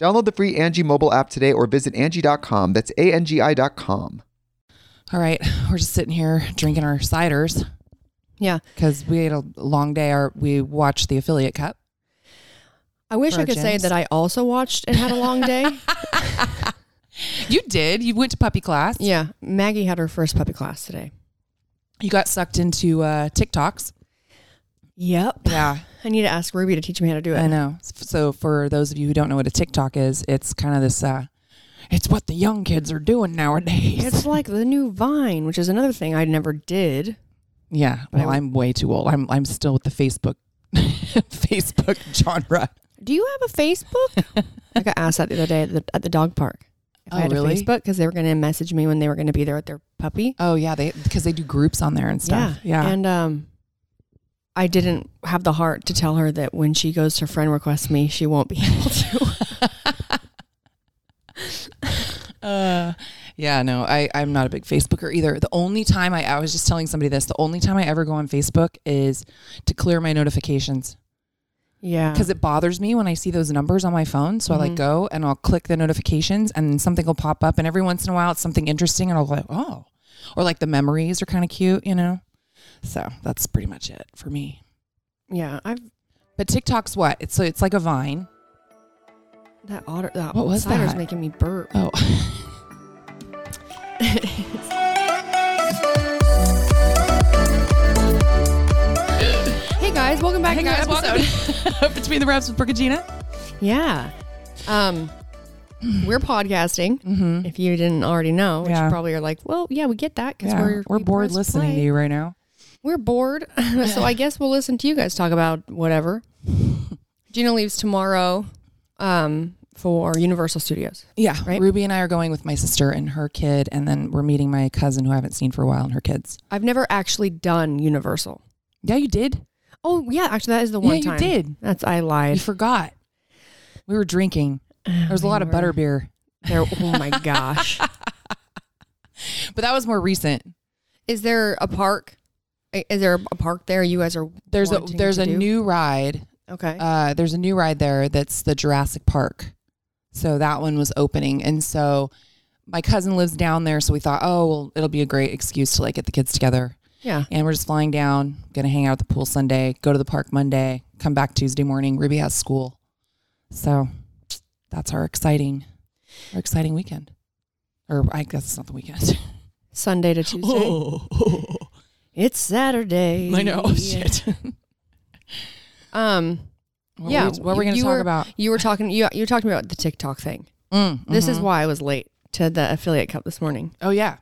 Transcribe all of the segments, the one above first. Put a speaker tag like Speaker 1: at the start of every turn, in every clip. Speaker 1: Download the free Angie mobile app today or visit Angie.com. That's A-N-G-I dot com.
Speaker 2: All right, we're just sitting here drinking our ciders
Speaker 3: Yeah.
Speaker 2: because we had a long day. Or we watched the affiliate cup.
Speaker 3: I wish I
Speaker 2: For
Speaker 3: could say
Speaker 2: gyms.
Speaker 3: that I also watched and had a long day.
Speaker 2: You did. You went to puppy class.
Speaker 3: yeah. Maggie had her first puppy class today.
Speaker 2: You got sucked into uh, TikToks.
Speaker 3: Yep.
Speaker 2: Yeah,
Speaker 3: I need to ask Ruby to teach me how to do
Speaker 2: I
Speaker 3: it.
Speaker 2: know. So for those of you who don't know what a TikTok is, it's kind of this. Uh, it's what the young kids are doing nowadays.
Speaker 3: It's like the new Vine, which is another thing I never did.
Speaker 2: yeah. Well, I'm way too old. I'm I'm still with the Facebook Facebook genre.
Speaker 3: Do you have a Facebook? I got asked that the other day at the, at the dog park. If
Speaker 2: Oh,
Speaker 3: I had
Speaker 2: really?
Speaker 3: a Facebook because they were going to message me when they were going to be there with their puppy.
Speaker 2: Oh yeah, they because they do groups on there and stuff. Yeah.
Speaker 3: And um, I didn't have the heart to tell her that when she goes to friend request me, she won't be able to.
Speaker 2: Uh, yeah, no, I, I'm not a big Facebooker either. The only time I, I was just telling somebody this, the only time I ever go on Facebook is to clear my notifications
Speaker 3: yeah.
Speaker 2: because it bothers me when I see those numbers on my phone. So I like
Speaker 3: Mhm.
Speaker 2: go and I'll click the notifications and then something will pop up. And every once in a while, it's something interesting and I'll go, oh, or like the memories are kind of cute, you know? So that's pretty much it for me.
Speaker 3: yeah. I've
Speaker 2: But TikTok's what? It's so it's like a vine.
Speaker 3: That otter, that
Speaker 2: What was
Speaker 3: cider's
Speaker 2: that?
Speaker 3: making me burp.
Speaker 2: Oh.
Speaker 3: Hey guys, welcome back to guys,
Speaker 2: welcome Between the Wraps with Brooke and Gina.
Speaker 3: Yeah, um, we're podcasting.
Speaker 2: Mm-hmm.
Speaker 3: If you didn't already know, which
Speaker 2: Yeah.
Speaker 3: you probably are like, well, yeah, we get that because
Speaker 2: Yeah,
Speaker 3: we're
Speaker 2: we're
Speaker 3: we
Speaker 2: bored
Speaker 3: press
Speaker 2: listening
Speaker 3: play.
Speaker 2: to you right now.
Speaker 3: We're bored, so I guess we'll listen to you guys talk about whatever. Gina leaves tomorrow um, for Universal Studios.
Speaker 2: Yeah,
Speaker 3: Right?
Speaker 2: Ruby and I are going with my sister and her kid, and then we're meeting my cousin who I haven't seen for a while and her kids.
Speaker 3: I've never actually done Universal.
Speaker 2: Yeah, you did.
Speaker 3: Oh yeah, actually that is the one
Speaker 2: yeah,
Speaker 3: time.
Speaker 2: you did.
Speaker 3: That's I
Speaker 2: You
Speaker 3: lied.
Speaker 2: forgot. We were drinking. There was a
Speaker 3: We
Speaker 2: lot of
Speaker 3: Oh, were.
Speaker 2: butter beer,
Speaker 3: There, oh my gosh.
Speaker 2: but that was more recent.
Speaker 3: Is there a park? I- Is there a park there? You guys are
Speaker 2: There's
Speaker 3: wanting
Speaker 2: a there's
Speaker 3: to
Speaker 2: a
Speaker 3: do?
Speaker 2: new ride.
Speaker 3: okay.
Speaker 2: Uh, there's a new ride there that's the Jurassic Park. So that one was opening, and so my cousin lives down there, so we thought, oh, well, it'll be a great excuse to like get the kids together.
Speaker 3: yeah,
Speaker 2: and we're just flying down, gonna hang out at the pool Sunday, go to the park Monday, come back Tuesday morning. Ruby has school. So that's our exciting our exciting weekend. Or I guess it's not the weekend.
Speaker 3: Sunday to Tuesday. It's Saturday.
Speaker 2: Oh. I know. Shit.
Speaker 3: Um,
Speaker 2: What
Speaker 3: Yeah,
Speaker 2: were we, what were we gonna
Speaker 3: you
Speaker 2: talk
Speaker 3: were-
Speaker 2: about?
Speaker 3: you were talking. You you were talking about the TikTok thing.
Speaker 2: Mm,
Speaker 3: This is
Speaker 2: mhm.
Speaker 3: why I was late to the affiliate cup this morning
Speaker 2: Oh yeah.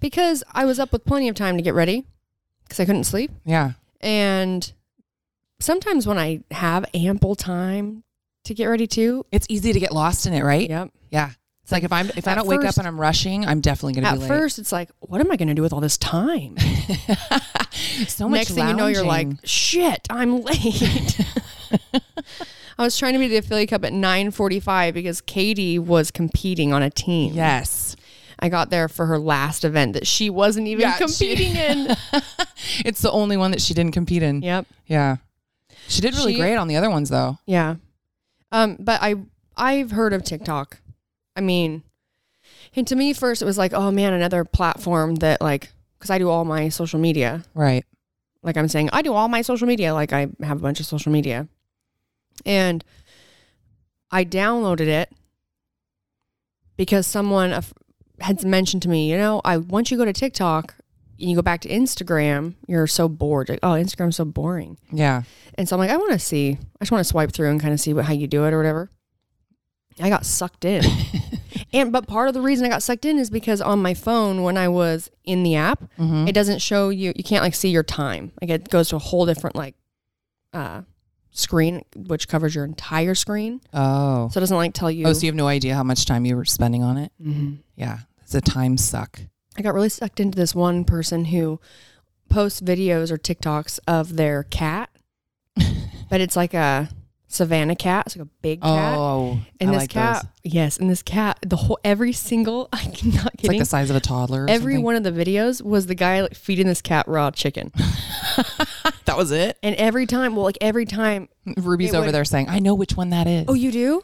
Speaker 3: because I was up with plenty of time to get ready because I couldn't sleep.
Speaker 2: Yeah.
Speaker 3: And sometimes when I have ample time to get ready too,
Speaker 2: It's easy to get lost in it, right?
Speaker 3: yep.
Speaker 2: Yeah. It's like if I'm if I
Speaker 3: At
Speaker 2: don't wake up
Speaker 3: first-
Speaker 2: and I'm rushing, I'm definitely gonna
Speaker 3: At
Speaker 2: be late.
Speaker 3: first, it's like, what am I going to do with all this time?
Speaker 2: so much
Speaker 3: Next thing you know, you're like,
Speaker 2: lounging.
Speaker 3: shit, I'm late. I was trying to be to the affiliate cup at 9:45 because Katie was competing on a team.
Speaker 2: yes.
Speaker 3: I got there for her last event that she wasn't even
Speaker 2: Yeah, she-
Speaker 3: competing in.
Speaker 2: It's the only one that she didn't compete in.
Speaker 3: Yep.
Speaker 2: Yeah. She did really
Speaker 3: She-
Speaker 2: great on the other ones though.
Speaker 3: Yeah. Um, but I I've heard of TikTok. I mean, and to me first it was like, oh man, another platform that like because I do all my social media.
Speaker 2: Right.
Speaker 3: Like I'm saying, I do all my social media. Like I have a bunch of social media, and I downloaded it because someone a f- had mentioned to me, you know, I once you go to TikTok and you go back to Instagram, you're so bored. Like, oh, Instagram's so boring.
Speaker 2: Yeah.
Speaker 3: And so I'm like, I want to see. I just want to swipe through and kind of see what how you do it or whatever. I got sucked in. and but part of the reason I got sucked in is because on my phone when I was in the app,
Speaker 2: Mhm.
Speaker 3: it doesn't show you you can't like see your time. Like it goes to a whole different like uh screen which covers your entire screen.
Speaker 2: Oh.
Speaker 3: So it doesn't like tell you,
Speaker 2: Oh, so you have no idea how much time you were spending on it?
Speaker 3: Mhm.
Speaker 2: Yeah. It's a time suck.
Speaker 3: I got really sucked into this one person who posts videos or TikToks of their cat. but it's like a savannah cat, it's like a big cat.
Speaker 2: Oh.
Speaker 3: And
Speaker 2: I
Speaker 3: this
Speaker 2: like
Speaker 3: cat,
Speaker 2: those.
Speaker 3: yes, and this cat, the whole every single I cannot
Speaker 2: It's like
Speaker 3: kidding.
Speaker 2: the size of a toddler. or
Speaker 3: every
Speaker 2: something.
Speaker 3: one of the videos was the guy like feeding this cat raw chicken,
Speaker 2: that was it.
Speaker 3: and every time, well, like every time,
Speaker 2: Ruby's
Speaker 3: It
Speaker 2: over
Speaker 3: would-
Speaker 2: there saying, I know which one that is.
Speaker 3: oh, you do.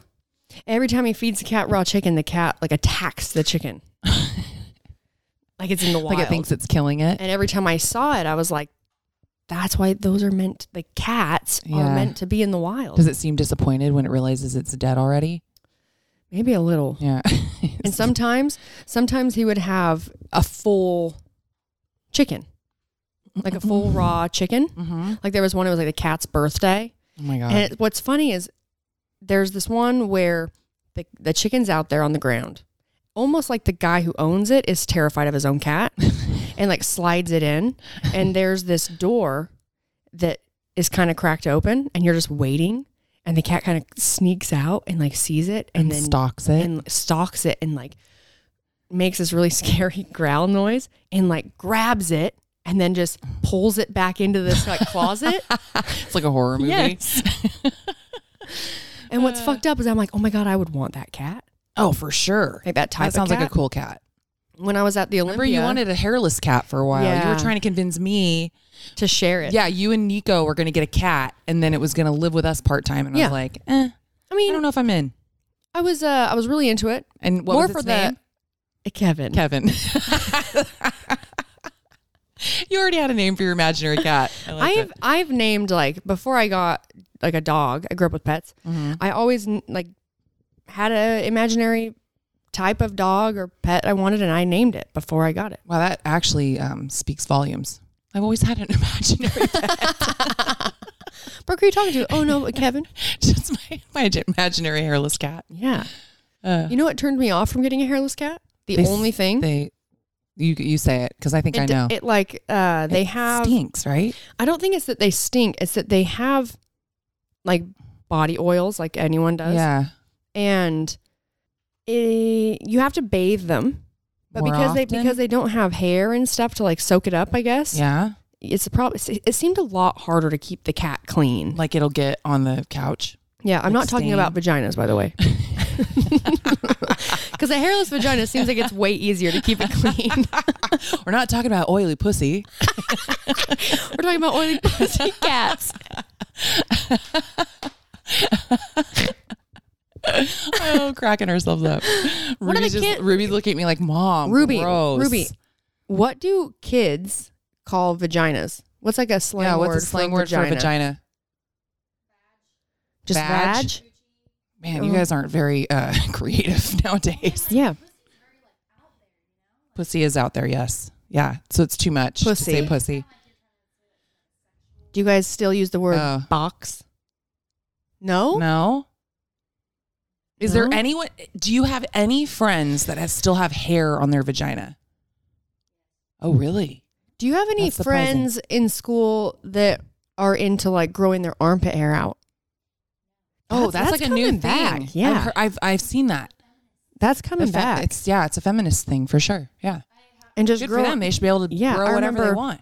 Speaker 3: Every time he feeds the cat raw chicken, the cat like attacks the chicken, like it's in the wild.
Speaker 2: like it thinks it's killing it.
Speaker 3: and every time I saw it, I was like, "That's why those are meant. The cats
Speaker 2: Yeah.
Speaker 3: are meant to be in the wild."
Speaker 2: Does it seem disappointed when it realizes it's dead already?
Speaker 3: Maybe a little.
Speaker 2: Yeah.
Speaker 3: And sometimes, sometimes he would have a full chicken, like a full raw chicken.
Speaker 2: hmm
Speaker 3: Like there was one, it was like a cat's birthday.
Speaker 2: Oh my god.
Speaker 3: And Mm-hmm. it, what's funny is there's this one where the, the chicken's out there on the ground. Almost like the guy who owns it is terrified of his own cat and like slides it in. And there's this door that is kind of cracked open and you're just waiting. And the cat kind of sneaks out and like sees it and,
Speaker 2: and
Speaker 3: then
Speaker 2: stalks it.
Speaker 3: and stalks it and like makes this really scary growl noise and like grabs it and then just pulls it back into this like closet.
Speaker 2: it's like a horror movie. Uh.
Speaker 3: Yes. and what's fucked up is I'm like, oh my god, I would want that cat,
Speaker 2: Oh, for sure.
Speaker 3: like that type.
Speaker 2: That sounds
Speaker 3: of cat.
Speaker 2: like a cool cat.
Speaker 3: When I was at the Olympia,
Speaker 2: Remember, you wanted a hairless cat for a while. You
Speaker 3: Yeah.
Speaker 2: were trying to convince me.
Speaker 3: to share it.
Speaker 2: Yeah, you and Nico were going to get a cat, and then it was going to live with us part time. And I
Speaker 3: Yeah.
Speaker 2: was like, eh,
Speaker 3: I
Speaker 2: I
Speaker 3: mean, I,
Speaker 2: don't know if I'm in.
Speaker 3: was uh, I was really into it.
Speaker 2: And what
Speaker 3: More
Speaker 2: was its
Speaker 3: for the- Eh,
Speaker 2: name?
Speaker 3: Kevin.
Speaker 2: Kevin. you already had a name for your imaginary cat. I like
Speaker 3: I've
Speaker 2: it.
Speaker 3: I've named like before I got like a dog. I grew up with pets.
Speaker 2: Mm-hmm.
Speaker 3: I always n- like had a imaginary type of dog or pet I wanted, and I named it before I got it.
Speaker 2: Wow, that actually um, speaks volumes. I've always had an imaginary
Speaker 3: Brooke, who are you talking to? Oh no, Kevin.
Speaker 2: just my, my imaginary hairless cat.
Speaker 3: Yeah.
Speaker 2: Uh,
Speaker 3: You know what turned me off from getting a hairless cat? The
Speaker 2: They s-
Speaker 3: only thing
Speaker 2: They, you you say it because I think I
Speaker 3: it,
Speaker 2: know.
Speaker 3: It like uh, they
Speaker 2: It
Speaker 3: have.
Speaker 2: stinks, right?
Speaker 3: I don't think it's that they stink. It's that they have like body oils, like anyone does.
Speaker 2: Yeah,
Speaker 3: And eh, you have to bathe them, but
Speaker 2: More
Speaker 3: because they
Speaker 2: often?
Speaker 3: because they don't have hair and stuff to like soak it up, I guess.
Speaker 2: yeah,
Speaker 3: It's probably it seemed a lot harder to keep the cat clean.
Speaker 2: like it'll get on the couch.
Speaker 3: Yeah, I'm
Speaker 2: Like
Speaker 3: not talking
Speaker 2: stain.
Speaker 3: about vaginas, by the way. Because a hairless vagina seems like it's way easier to keep it clean.
Speaker 2: We're not talking about oily pussy.
Speaker 3: We're talking about oily pussy cats.
Speaker 2: oh, cracking ourselves up.
Speaker 3: What are the
Speaker 2: Ruby's, just,
Speaker 3: kid-
Speaker 2: Ruby's looking at me like, "Mom,
Speaker 3: Ruby,
Speaker 2: gross."
Speaker 3: Ruby, what do kids call vaginas? What's like a slang
Speaker 2: yeah,
Speaker 3: word?
Speaker 2: what's a slang
Speaker 3: for
Speaker 2: word for vagina?
Speaker 3: Just
Speaker 2: Vag?
Speaker 3: vag?
Speaker 2: Man, you
Speaker 3: Oh.
Speaker 2: guys aren't very uh, creative nowadays.
Speaker 3: Yeah,
Speaker 2: Pussy is out there, yes, yeah. So it's too much to
Speaker 3: Pussy.
Speaker 2: say pussy.
Speaker 3: do you guys still use the word
Speaker 2: Oh.
Speaker 3: box? No,
Speaker 2: No. Is there
Speaker 3: Oh. No?
Speaker 2: anyone? Do you have any friends that has, still have hair on their vagina? Oh, really?
Speaker 3: Do you have any
Speaker 2: That's surprising.
Speaker 3: friends in school that are into like growing their armpit hair out? Oh, that's, like coming back. Yeah,
Speaker 2: I've, heard, I've I've seen that.
Speaker 3: that's coming
Speaker 2: The fe-
Speaker 3: back.
Speaker 2: It's yeah, it's a feminist thing for sure. Yeah,
Speaker 3: and just
Speaker 2: good
Speaker 3: grow.
Speaker 2: for them. They should be able to
Speaker 3: Yeah,
Speaker 2: grow
Speaker 3: I
Speaker 2: whatever they
Speaker 3: remember-
Speaker 2: want.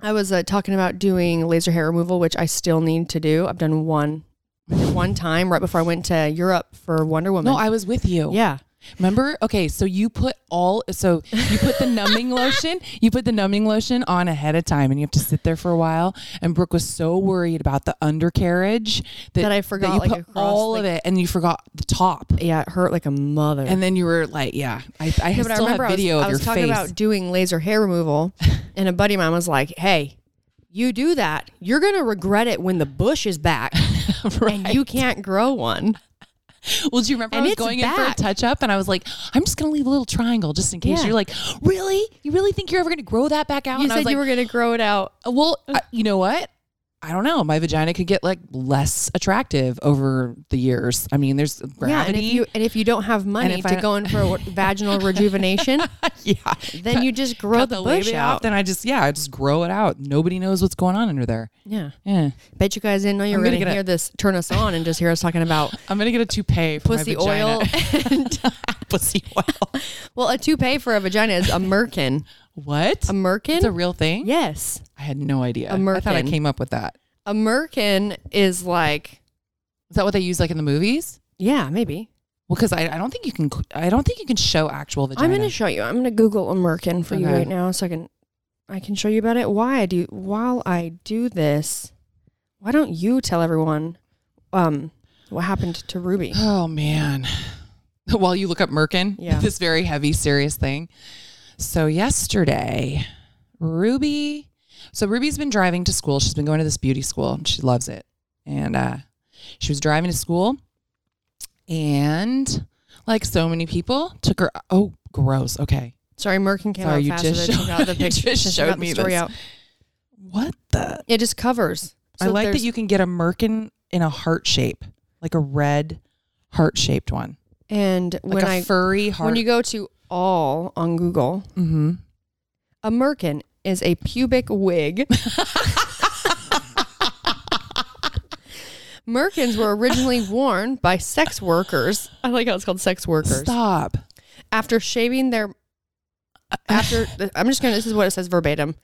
Speaker 3: I was uh, talking about doing laser hair removal, which I still need to do. I've done one, I did one time right before I went to Europe for Wonder Woman.
Speaker 2: No, I was with you.
Speaker 3: yeah,
Speaker 2: Remember? Okay, so you put all so you put the numbing lotion, you put the numbing lotion on ahead of time and you have to sit there for a while. And Brooke was so worried about the undercarriage that,
Speaker 3: That I forgot,
Speaker 2: you
Speaker 3: like,
Speaker 2: put
Speaker 3: across,
Speaker 2: all
Speaker 3: like-
Speaker 2: of it and you forgot the top.
Speaker 3: yeah, it hurt like a mother.
Speaker 2: And then you were like, yeah, I, I
Speaker 3: Yeah,
Speaker 2: still
Speaker 3: but I remember
Speaker 2: have video
Speaker 3: I was, I
Speaker 2: of
Speaker 3: was
Speaker 2: your
Speaker 3: talking
Speaker 2: face.
Speaker 3: about doing laser hair removal, and a buddy of mine was like, "Hey, you do that, you're gonna regret it when the bush is back and you can't grow one."
Speaker 2: well, do you remember I
Speaker 3: and
Speaker 2: was
Speaker 3: it's
Speaker 2: going in for a
Speaker 3: back.
Speaker 2: touch up and I was like, I'm just gonna leave a little triangle just in case.
Speaker 3: Yeah.
Speaker 2: You're like, really? You really think you're ever gonna grow that back out?
Speaker 3: You
Speaker 2: and I was
Speaker 3: said
Speaker 2: like,
Speaker 3: you were gonna grow it out.
Speaker 2: Uh, Well, I, you know what? I don't know. My vagina could get like less attractive over the years. I mean, there's
Speaker 3: Yeah, and
Speaker 2: gravity.
Speaker 3: if you and if you don't have money
Speaker 2: if
Speaker 3: to
Speaker 2: I-
Speaker 3: go in for a vaginal rejumination,
Speaker 2: yeah.
Speaker 3: then you just grow the, bush
Speaker 2: labia
Speaker 3: out.
Speaker 2: Then I just yeah, I just grow it out. Nobody knows what's going on under there.
Speaker 3: yeah,
Speaker 2: Yeah.
Speaker 3: bet you guys didn't know you
Speaker 2: I'm
Speaker 3: were
Speaker 2: gonna
Speaker 3: gonna,
Speaker 2: get a-
Speaker 3: hear this. Turn us on and just hear us talking about
Speaker 2: I'm gonna get a toupee for
Speaker 3: pussy oil. And,
Speaker 2: pussy oil.
Speaker 3: well, a toupee for a vagina is a merkin.
Speaker 2: What?
Speaker 3: A merkin?
Speaker 2: It's a real thing.
Speaker 3: yes.
Speaker 2: I had no idea.
Speaker 3: A
Speaker 2: I thought I
Speaker 3: merkin.
Speaker 2: came up with that.
Speaker 3: A merkin is like,
Speaker 2: Is that what they use like in the movies?
Speaker 3: yeah, maybe.
Speaker 2: Well, because I, I don't think you can I don't think you can show actual vagina.
Speaker 3: I'm going to show you. I'm going to Google a merkin for you
Speaker 2: Okay.
Speaker 3: right now so I can I can show you about it. Why I do while I do this, why don't you tell everyone um what happened to Ruby?
Speaker 2: Oh man. While you look up Merkin,
Speaker 3: Yeah.
Speaker 2: this very heavy, serious thing. So yesterday, Ruby. So Ruby's been driving to school. She's been going to this beauty school. And she loves it. And uh, she was driving to school, and like so many people, took her. Oh, gross. Okay.
Speaker 3: Sorry, merkin came
Speaker 2: Sorry,
Speaker 3: out
Speaker 2: you
Speaker 3: faster
Speaker 2: just
Speaker 3: than
Speaker 2: showed-
Speaker 3: took out the
Speaker 2: you
Speaker 3: picture.
Speaker 2: just
Speaker 3: took
Speaker 2: showed
Speaker 3: out the
Speaker 2: me
Speaker 3: story
Speaker 2: this.
Speaker 3: out.
Speaker 2: What the?
Speaker 3: It just covers.
Speaker 2: I
Speaker 3: So
Speaker 2: like that
Speaker 3: there's-
Speaker 2: you can get a Merkin in a heart shape, like a red heart shaped one,
Speaker 3: and
Speaker 2: like
Speaker 3: when
Speaker 2: a
Speaker 3: I
Speaker 2: furry heart.
Speaker 3: when you go to all on Google,
Speaker 2: mm-hmm.
Speaker 3: a merkin is a pubic wig. Merkins were originally worn by sex workers. I like how it's called sex workers.
Speaker 2: Stop.
Speaker 3: After shaving their uh, after I'm just going to this is what it says verbatim.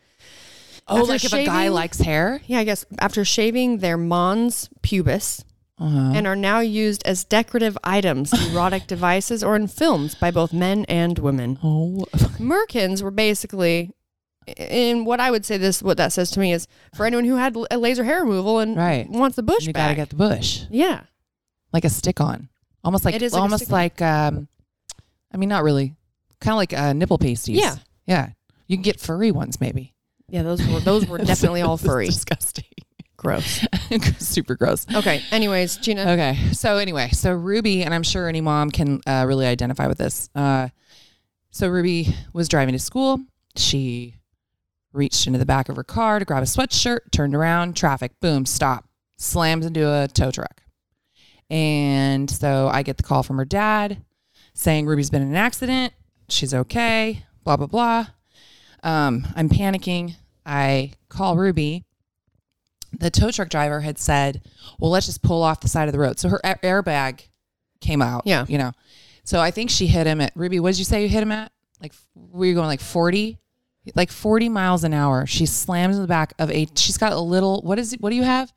Speaker 2: Oh,
Speaker 3: After
Speaker 2: like if a guy
Speaker 3: shaving-
Speaker 2: likes hair?
Speaker 3: Yeah, I guess after shaving their mons pubis
Speaker 2: Uh-huh.
Speaker 3: and are now used as decorative items, erotic devices or in films by both men and women.
Speaker 2: oh,
Speaker 3: Merkins were basically, in what I would say this, what that says to me is for anyone who had l- a laser hair removal and
Speaker 2: Right.
Speaker 3: wants the bush
Speaker 2: you gotta
Speaker 3: back.
Speaker 2: get the bush
Speaker 3: yeah,
Speaker 2: like a stick on, almost like
Speaker 3: It is like a
Speaker 2: almost
Speaker 3: stick-on.
Speaker 2: like, um, I mean, not really, kind of like uh, nipple pasties.
Speaker 3: Yeah.
Speaker 2: yeah. You can get furry ones, maybe.
Speaker 3: yeah, those were those were definitely all
Speaker 2: This is
Speaker 3: furry.
Speaker 2: Disgusting.
Speaker 3: Gross.
Speaker 2: Super gross.
Speaker 3: Okay. Anyways, Gina.
Speaker 2: Okay. So anyway, so Ruby, and I'm sure any mom can uh, really identify with this. Uh, so Ruby was driving to school. She reached into the back of her car to grab a sweatshirt, turned around, traffic, boom, stop, slams into a tow truck. And so I get the call from her dad saying Ruby's been in an accident. She's okay, blah, blah, blah. Um, I'm panicking. I call Ruby the tow truck driver had said, "Well, let's just pull off the side of the road." So her a- airbag came out.
Speaker 3: Yeah.
Speaker 2: you know. So I think she hit him at Ruby. What did you say you hit him at? Like we were going like forty, like forty miles an hour. She slams in the back of a. She's got a little. What is? it? What do you have?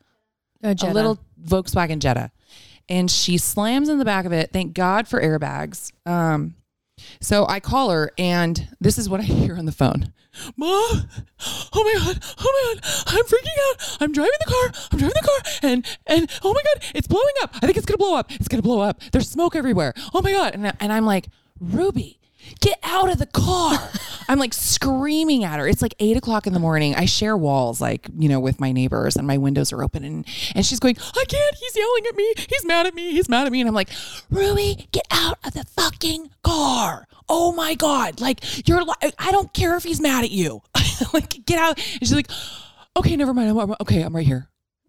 Speaker 2: a little Volkswagen Jetta. And she slams in the back of it. Thank God for airbags. Um, so I call her, and this is what I hear on the phone Mom, oh my God, oh my God, I'm freaking out. I'm driving the car, I'm driving the car, and, and oh my God, it's blowing up. I think it's gonna blow up. It's gonna blow up. There's smoke everywhere. Oh my God. And, I- and I'm like, Ruby, get out of the car. I'm like screaming at her. It's like eight o'clock in the morning. I share walls, like, you know, with my neighbors and my windows are open and, and she's going, I can't, he's yelling at me. He's mad at me. He's mad at me. And I'm like, Ruby, get out of the fucking car. Oh my God. Like you're, li- I don't care if he's mad at you. like get out. And she's like, okay, never mind. I'm, I'm- okay. I'm right here.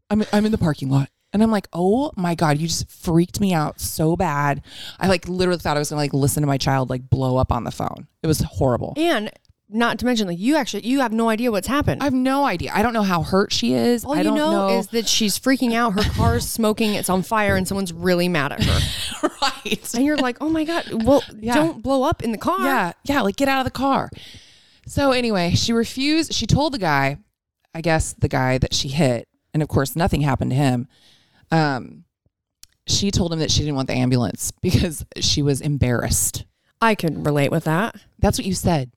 Speaker 2: I'm, I'm in the parking lot. And I'm like, oh my God, you just freaked me out so bad. I like literally thought I was gonna like listen to my child like blow up on the phone. It was horrible.
Speaker 3: And not to mention like you actually you have no idea what's happened.
Speaker 2: I have no idea. I don't know how hurt she is.
Speaker 3: All
Speaker 2: I
Speaker 3: you
Speaker 2: don't
Speaker 3: know,
Speaker 2: know,
Speaker 3: is that she's freaking out. Her car's smoking. It's on fire, and someone's really mad at her.
Speaker 2: right.
Speaker 3: And you're like, oh my god, well,
Speaker 2: Yeah.
Speaker 3: don't blow up in the car.
Speaker 2: Yeah, yeah, like get out of the car. So anyway, she refused. She told the guy, I guess the guy that she hit, and of course nothing happened to him. Um, she told him that she didn't want the ambulance because she was embarrassed.
Speaker 3: I can relate with that.
Speaker 2: That's what you said.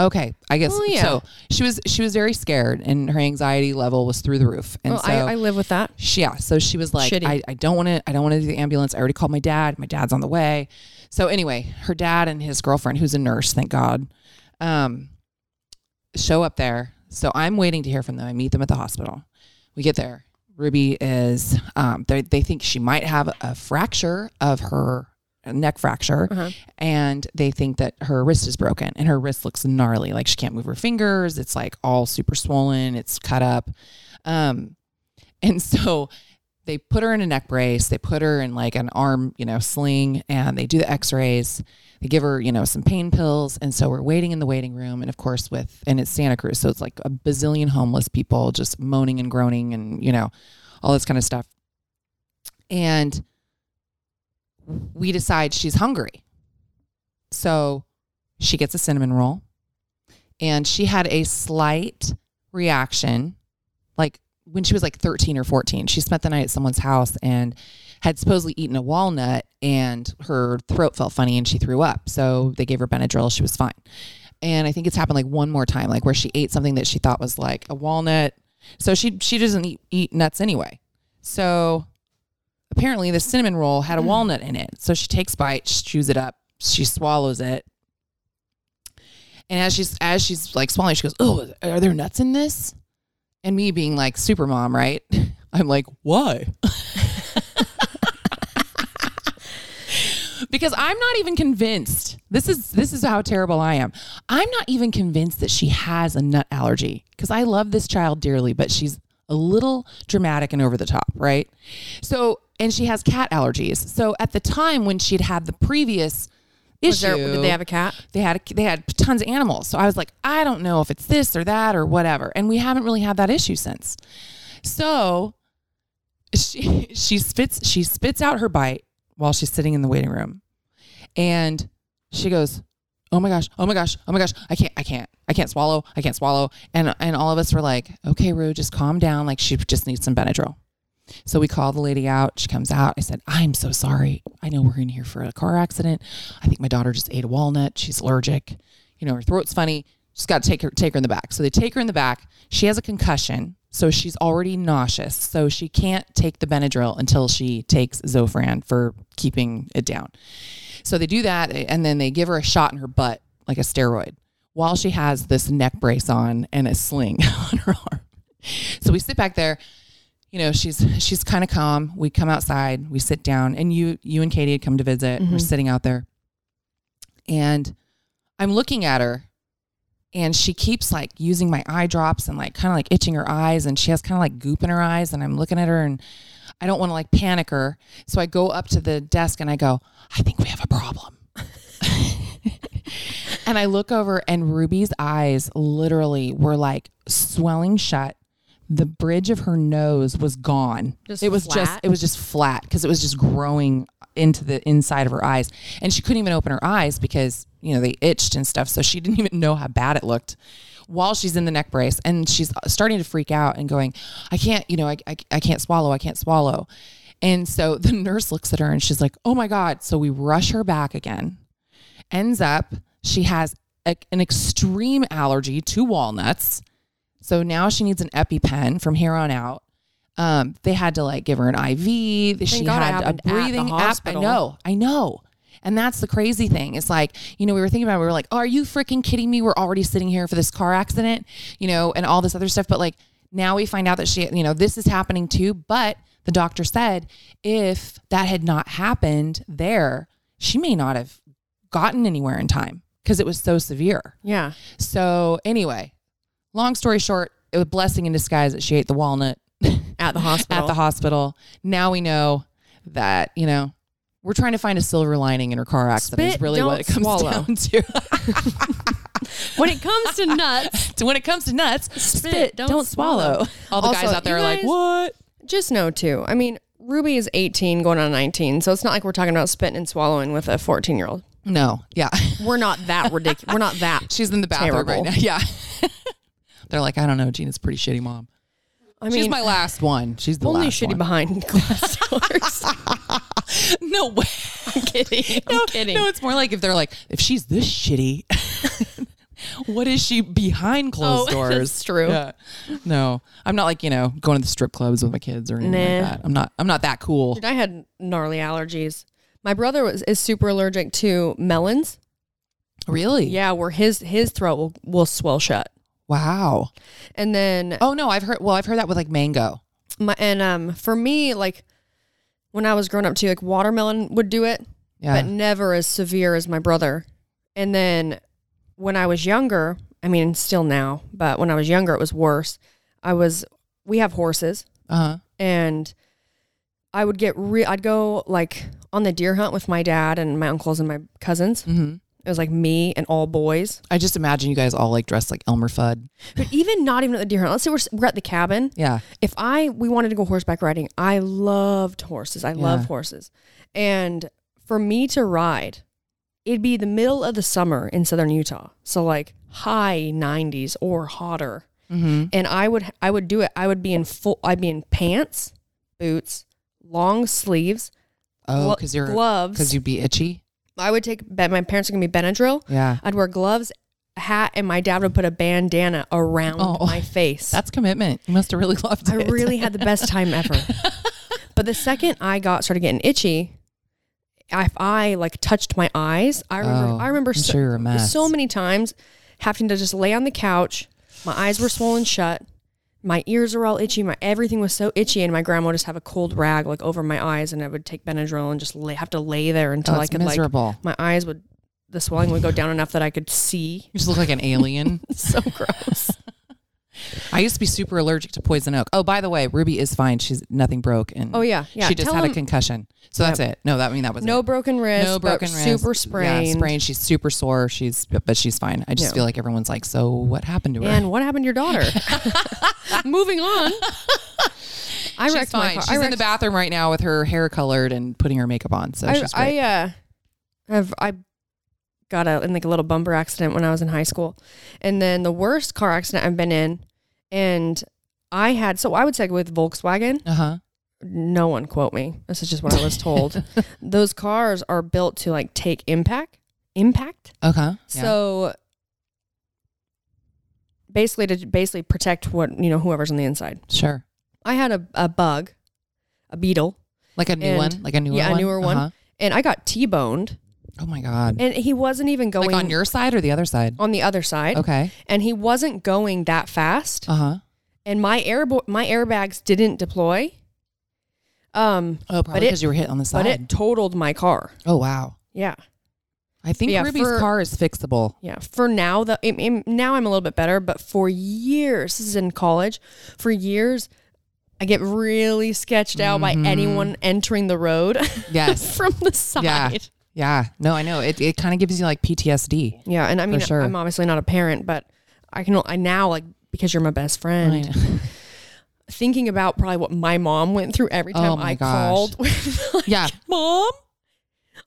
Speaker 2: Okay, I guess
Speaker 3: Well, yeah.
Speaker 2: so. She was she was very scared, and her anxiety level was through the roof. And
Speaker 3: well,
Speaker 2: so
Speaker 3: I, I live with that.
Speaker 2: she, yeah, so she was like,
Speaker 3: Shitty.
Speaker 2: I, I don't want to, I don't want to do the ambulance. I already called my dad. My dad's on the way. So anyway, her dad and his girlfriend, who's a nurse, thank God, um, show up there. So I'm waiting to hear from them. I meet them at the hospital. We get there. Ruby is, um, they they think she might have a fracture of her a neck fracture,
Speaker 3: Uh-huh.
Speaker 2: and they think that her wrist is broken, and her wrist looks gnarly. Like she can't move her fingers. It's like all super swollen. It's cut up. Um, and so they put her in a neck brace, they put her in like an arm, you know, sling, and they do the x rays. They give her, you know, some pain pills. And so we're waiting in the waiting room. And of course, with, and it's Santa Cruz. So it's like a bazillion homeless people just moaning and groaning and, you know, all this kind of stuff. And we decide she's hungry. So she gets a cinnamon roll and she had a slight reaction like when she was like 13 or 14 she spent the night at someone's house and had supposedly eaten a walnut and her throat felt funny and she threw up so they gave her benadryl she was fine and i think it's happened like one more time like where she ate something that she thought was like a walnut so she she doesn't eat, eat nuts anyway so apparently the cinnamon roll had a walnut in it so she takes bite she chews it up she swallows it and as she's as she's like swallowing she goes oh are there nuts in this and me being like super mom, right? I'm like, why? because I'm not even convinced. This is this is how terrible I am. I'm not even convinced that she has a nut allergy because I love this child dearly, but she's a little dramatic and over the top, right? So, and she has cat allergies. So at the time when she'd had the previous issue,
Speaker 3: Was there, did they have a cat?
Speaker 2: they had they had tons of animals. So I was like, I don't know if it's this or that or whatever. And we haven't really had that issue since. So she she spits she spits out her bite while she's sitting in the waiting room. And she goes, "Oh my gosh. Oh my gosh. Oh my gosh. I can't I can't. I can't swallow. I can't swallow." And and all of us were like, "Okay, Rue, just calm down. Like she just needs some Benadryl." So we call the lady out. She comes out. I said, I'm so sorry. I know we're in here for a car accident. I think my daughter just ate a walnut. She's allergic. You know, her throat's funny. Just got to take her, take her in the back. So they take her in the back. She has a concussion. So she's already nauseous. So she can't take the Benadryl until she takes Zofran for keeping it down. So they do that. And then they give her a shot in her butt, like a steroid, while she has this neck brace on and a sling on her arm. So we sit back there you know she's she's kind of calm we come outside we sit down and you you and katie had come to visit we're
Speaker 3: Mhm.
Speaker 2: sitting out there and i'm looking at her and she keeps like using my eye drops and like kind of like itching her eyes and she has kind of like goop in her eyes and i'm looking at her and i don't want to like panic her so i go up to the desk and i go i think we have a problem and i look over and ruby's eyes literally were like swelling shut the bridge of her nose was gone.
Speaker 3: Just
Speaker 2: it was just
Speaker 3: flat?
Speaker 2: it was just flat because it was just growing into the inside of her eyes, and she couldn't even open her eyes because you know they itched and stuff. So she didn't even know how bad it looked while she's in the neck brace, and she's uh, starting to freak out and going, "I can't, you know, I I, I can't swallow, I can't swallow." And so the nurse looks at her and she's like, "Oh my god!" So we rush her back again ends up she has a, an extreme allergy to walnuts so now she needs an epipen from here on out um, they had to like give her an iv she
Speaker 3: God
Speaker 2: had
Speaker 3: it
Speaker 2: a
Speaker 3: happened at the
Speaker 2: breathing app i
Speaker 3: hospital.
Speaker 2: know i know and that's the crazy thing it's like you know we were thinking about it, we were like oh, are you freaking kidding me we're already sitting here for this car accident you know and all this other stuff but like now we find out that she you know this is happening too but the doctor said if that had not happened there she may not have gotten anywhere in time because it was so severe.
Speaker 3: Yeah.
Speaker 2: So anyway, long story short, it was a blessing in disguise that she ate the walnut
Speaker 3: At the hospital.
Speaker 2: at the hospital. Now we know that, you know, We're trying to find a silver lining in her car accident. is
Speaker 3: Spit,
Speaker 2: really what
Speaker 3: don't
Speaker 2: it comes
Speaker 3: swallow.
Speaker 2: down to.
Speaker 4: When it comes to nuts,
Speaker 2: when it comes to nuts, spit, don't,
Speaker 4: don't
Speaker 2: swallow. All the
Speaker 3: Also,
Speaker 2: guys out there
Speaker 3: you
Speaker 2: are like,
Speaker 3: guys-
Speaker 2: what?
Speaker 3: Just know too. I mean, Ruby is 18 going on 19, so it's not like we're talking about spitting and swallowing with a 14 year old.
Speaker 2: No, yeah,
Speaker 3: We're not that ridiculous. We're not that.
Speaker 2: she's in the bathroom
Speaker 3: Terrible.
Speaker 2: right now. Yeah, they're like, I don't know, Gina's a pretty shitty mom.
Speaker 3: I
Speaker 2: she's
Speaker 3: mean,
Speaker 2: my last one. She's the
Speaker 3: only
Speaker 2: last
Speaker 3: shitty
Speaker 2: one.
Speaker 3: behind glass doors.
Speaker 2: no way.
Speaker 3: I'm kidding. I'm
Speaker 2: no,
Speaker 3: kidding.
Speaker 2: No, it's more like if they're like, if she's this shitty, what is she behind closed
Speaker 4: Oh,
Speaker 2: doors?
Speaker 4: that's true.
Speaker 2: Yeah. No, I'm not like you know going to the strip clubs with my kids or anything
Speaker 3: Nah.
Speaker 2: like that. I'm not. I'm not that cool.
Speaker 3: Dude, I had gnarly allergies. My brother was is super allergic to melons.
Speaker 2: Really?
Speaker 3: Yeah, where his his throat will, will swell shut.
Speaker 2: Wow.
Speaker 3: And then
Speaker 2: Oh no, I've heard. Well, I've heard that with like mango.
Speaker 3: my and um for me like when I was growing up too like watermelon would do it,
Speaker 2: Yeah.
Speaker 3: but never as severe as my brother. And then when I was younger, I mean still now, but when I was younger it was worse. I was we have horses
Speaker 2: Uh huh.
Speaker 3: and I would get real I'd go like on the deer hunt with my dad and my uncles and my cousins.
Speaker 2: Mm-hmm.
Speaker 3: It was like me and all boys.
Speaker 2: I just imagine you guys all like dressed like Elmer Fudd.
Speaker 3: But even not even at the deer hunt. Let's say we're, s- we're at the cabin.
Speaker 2: Yeah.
Speaker 3: If I we wanted to go horseback riding, I loved horses. I love
Speaker 2: Yeah.
Speaker 3: horses. And for me to ride, it'd be the middle of the summer in southern Utah. So like high 90s or hotter.
Speaker 2: Mm-hmm.
Speaker 3: And I would I would do it. I would be in full I'd be in pants, boots, long sleeves,
Speaker 2: Oh,
Speaker 3: glo-
Speaker 2: because you're because
Speaker 3: gloves.
Speaker 2: you'd be itchy.
Speaker 3: I would take Ben- my parents are gonna be Benadryl.
Speaker 2: Yeah.
Speaker 3: I'd wear gloves, a hat, and my dad would put a bandana around
Speaker 2: Oh,
Speaker 3: my face.
Speaker 2: That's commitment. You must have really loved
Speaker 3: I
Speaker 2: it.
Speaker 3: really had the best time ever. but the second I got started getting itchy, if I like touched my eyes, I remember
Speaker 2: Oh,
Speaker 3: I remember
Speaker 2: I'm
Speaker 3: so,
Speaker 2: sure you're a mess.
Speaker 3: so many times having to just lay on the couch. My eyes were swollen shut. My ears were all itchy. My everything was so itchy, and my grandma would just have a cold rag like over my eyes, and I would take Benadryl and just lay, have to lay there until
Speaker 2: Oh,
Speaker 3: I
Speaker 2: it's
Speaker 3: could
Speaker 2: miserable.
Speaker 3: like my eyes would the swelling would go down enough that I could see.
Speaker 2: You just look like an alien.
Speaker 3: so gross.
Speaker 2: I used to be super allergic to poison oak. Oh, by the way, Ruby is fine. She's nothing broke, and
Speaker 3: Oh yeah, yeah.
Speaker 2: she just
Speaker 3: Tell
Speaker 2: had a
Speaker 3: 'em
Speaker 2: concussion. So that's it. No, that I mean that was
Speaker 3: no
Speaker 2: it.
Speaker 3: broken wrist,
Speaker 2: no broken wrist,
Speaker 3: super
Speaker 2: Yeah,
Speaker 3: sprained.
Speaker 2: sprained. She's super sore. She's but she's fine. I just
Speaker 3: Yeah.
Speaker 2: feel like everyone's like, so what happened to her?
Speaker 3: And what happened to your daughter? Moving on. I
Speaker 2: she's
Speaker 3: wrecked
Speaker 2: fine.
Speaker 3: my car.
Speaker 2: She's
Speaker 3: I
Speaker 2: in the
Speaker 3: wrecked,
Speaker 2: bathroom right now with her hair colored and putting her makeup on. So she's
Speaker 3: I,
Speaker 2: great.
Speaker 3: I uh, have I got a, in like a little bumper accident when I was in high school, and then the worst car accident I've been in, and I had so I would say with Volkswagen.
Speaker 2: uh huh.
Speaker 3: No one quote me. This is just what I was told. Those cars are built to like take impact, impact.
Speaker 2: Okay. Yeah.
Speaker 3: So basically, to basically protect what you know whoever's on the inside.
Speaker 2: sure.
Speaker 3: I had a, a bug, a beetle,
Speaker 2: Like a new
Speaker 3: And-
Speaker 2: one, like a newer
Speaker 3: yeah, a
Speaker 2: one.
Speaker 3: newer one.
Speaker 2: Uh-huh.
Speaker 3: and I got T-boned,
Speaker 2: Oh my god!
Speaker 3: and he wasn't even going
Speaker 2: like on your side or the other side?
Speaker 3: on the other side,
Speaker 2: Okay.
Speaker 3: and he wasn't going that fast,
Speaker 2: Uh huh.
Speaker 3: and my air my airbags didn't deploy, um,
Speaker 2: Oh, probably
Speaker 3: it-
Speaker 2: because you were hit on the
Speaker 3: but
Speaker 2: side.
Speaker 3: it totaled my car.
Speaker 2: oh wow!
Speaker 3: Yeah,
Speaker 2: I think
Speaker 3: Yeah,
Speaker 2: Ruby's
Speaker 3: for-
Speaker 2: car is fixable.
Speaker 3: yeah. For now, the I'm- I'm- now I'm a little bit better, but for years, this is in college, for years. I get really sketched out
Speaker 2: Mhm.
Speaker 3: by anyone entering the road
Speaker 2: Yes.
Speaker 3: from the side.
Speaker 2: Yeah. yeah. No, I know. It it kind of gives you like PTSD.
Speaker 3: Yeah, and I mean,
Speaker 2: sure.
Speaker 3: I'm obviously not a parent, but I can. I now like because you're my best
Speaker 2: I
Speaker 3: friend.
Speaker 2: know.
Speaker 3: Thinking about probably what my mom went through every
Speaker 2: Oh
Speaker 3: time
Speaker 2: my
Speaker 3: I
Speaker 2: gosh.
Speaker 3: called. I
Speaker 2: yeah. Mom,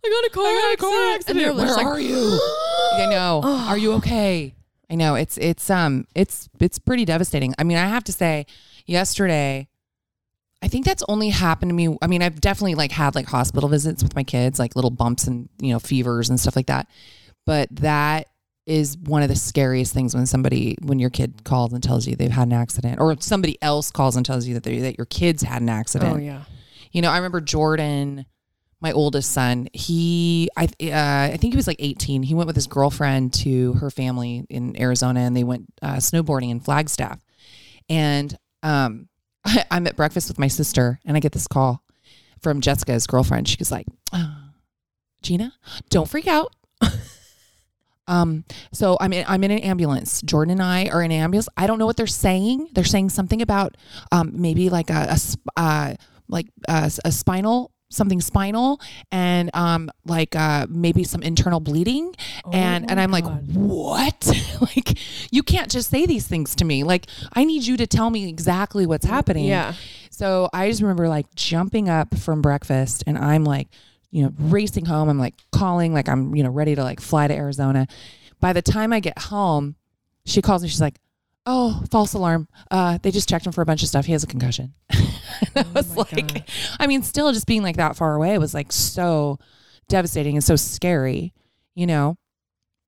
Speaker 3: got a car
Speaker 2: I
Speaker 3: accident. And they're
Speaker 2: Where
Speaker 3: just like,
Speaker 2: are you? I know. Are you okay? I know. It's it's um it's it's pretty devastating. I mean, I have to say, yesterday, I think that's only happened to me. I mean, I've definitely like had like hospital visits with my kids, like little bumps and you know fevers and stuff like that. But that is one of the scariest things when somebody when your kid calls and tells you they've had an accident, or somebody else calls and tells you that they that your kids had an accident.
Speaker 3: Oh yeah,
Speaker 2: You know, I remember Jordan, my oldest son. He, I, uh, I think he was like 18. He went with his girlfriend to her family in Arizona, and they went uh, snowboarding in Flagstaff. And um, I, I'm at breakfast with my sister, and I get this call from Jessica's girlfriend. She was like, "Uh, "Gina, don't freak out." Um, so I'm in, I'm in an ambulance. Jordan and I are in an ambulance. I don't know what they're saying. They're saying something about um, maybe like a, a sp- uh, like a, uh, s- a spinal something spinal and um like uh maybe some internal bleeding and and I'm like what like you can't just say these things to me like I need you to tell me exactly what's happening
Speaker 3: Yeah.
Speaker 2: so I just remember like jumping up from breakfast and I'm like, you know, racing home. I'm like calling, like I'm, you know, ready to like fly to Arizona. By the time I get home, she calls me. She's like, oh, false alarm. Uh, they just checked him for a bunch of stuff. He has a concussion. and I was like, I mean, still just being like that far away was like so devastating and so scary, you know?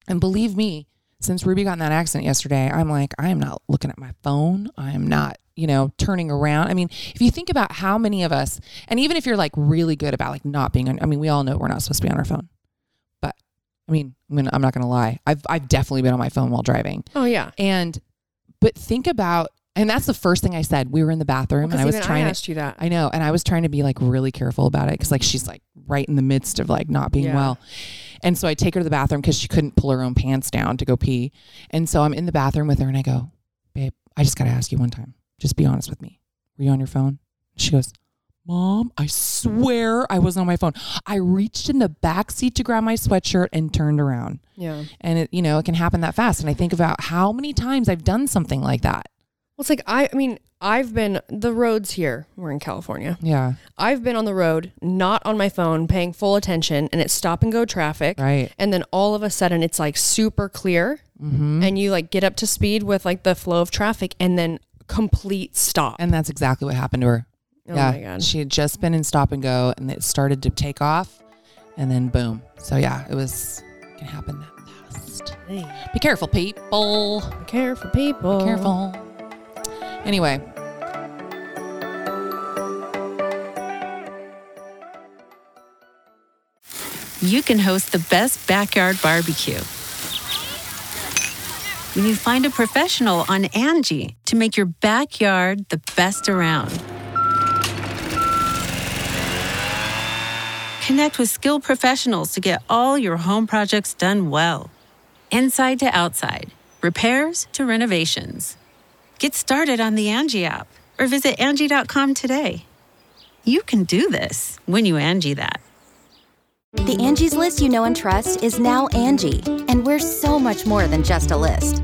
Speaker 2: And believe me, since Ruby got in that accident yesterday, I'm like, I am not looking at my phone. I am not, you know, turning around. I mean, if you think about how many of us, and even if you're like really good about like not being on, I mean, we all know we're not supposed to be on our phone. But I mean, I mean I'm not going to lie. I've, I've definitely been on my phone while driving.
Speaker 3: Oh yeah.
Speaker 2: And, but think about, and that's the first thing I said. We were in the bathroom and I was trying
Speaker 3: I
Speaker 2: to,
Speaker 3: asked you that.
Speaker 2: I know. And I was trying to be like really careful about it because like she's like right in the midst of like not being
Speaker 3: Yeah.
Speaker 2: well. And so I take her to the bathroom because she couldn't pull her own pants down to go pee. And so I'm in the bathroom with her and I go, babe, I just got to ask you one time. Just be honest with me. Were you on your phone? She goes, Mom, I swear I wasn't on my phone. I reached in the back seat to grab my sweatshirt and turned around.
Speaker 3: yeah. Well,
Speaker 2: And it, you know, it can happen that fast. And I think about how many times I've done something like that.
Speaker 3: it's like I. I mean, I've been the roads here. We're in California.
Speaker 2: Yeah.
Speaker 3: I've been on the road, not on my phone, paying full attention, and it's stop and go traffic.
Speaker 2: Right.
Speaker 3: And then all of a sudden, it's like super clear,
Speaker 2: Mm-hmm.
Speaker 3: and you like get up to speed with like the flow of traffic, and then complete stop.
Speaker 2: And that's exactly what happened to her.
Speaker 3: oh
Speaker 2: yeah,
Speaker 3: my god.
Speaker 2: she had just been in stop and go, and it started to take off, and then boom. So yeah, it was it can happen that fast.
Speaker 3: Hey, Oh.
Speaker 2: Be careful, people.
Speaker 3: be careful, people.
Speaker 2: Be careful. Anyway,
Speaker 5: you can host the best backyard barbecue. When you find a professional on Angie to make your backyard the best around. Connect with skilled professionals to get all your home projects done well. Inside to outside, repairs to renovations. Get started on the Angie app or visit Angie.com today. You can do this when you Angie that.
Speaker 6: The Angie's list you know and trust is now Angie, and we're so much more than just a list.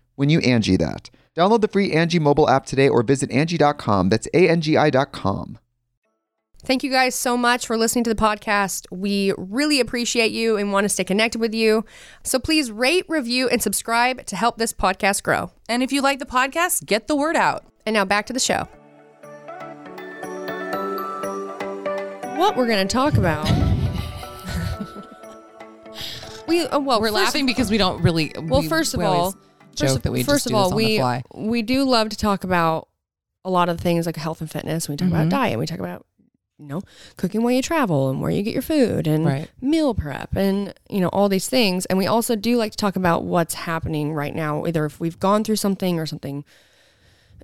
Speaker 1: when you Angie that. Download the free Angie mobile app today or visit Angie.com. That's A-N-G-I dot com.
Speaker 7: Thank you guys so much for listening to the podcast. We really appreciate you and want to stay connected with you. So please rate, review, and subscribe to help this podcast grow.
Speaker 2: and if you like the podcast, get the word out.
Speaker 7: And now back to the show.
Speaker 3: What we're gonna talk about?
Speaker 7: We oh, well,
Speaker 2: We're
Speaker 7: first-
Speaker 2: laughing because we don't really.
Speaker 3: Well,
Speaker 2: we-
Speaker 3: first of
Speaker 2: we always
Speaker 3: all,
Speaker 2: joke
Speaker 3: first,
Speaker 2: that we just
Speaker 3: first of
Speaker 2: do
Speaker 3: all,
Speaker 2: this on
Speaker 3: we
Speaker 2: the fly.
Speaker 3: we do love to talk about a lot of things like health and fitness. We talk
Speaker 2: Mm-hmm.
Speaker 3: about diet. We talk about you know cooking while you travel and where you get your food and
Speaker 2: Right.
Speaker 3: meal prep and you know all these things. And we also do like to talk about what's happening right now, either if we've gone through something or something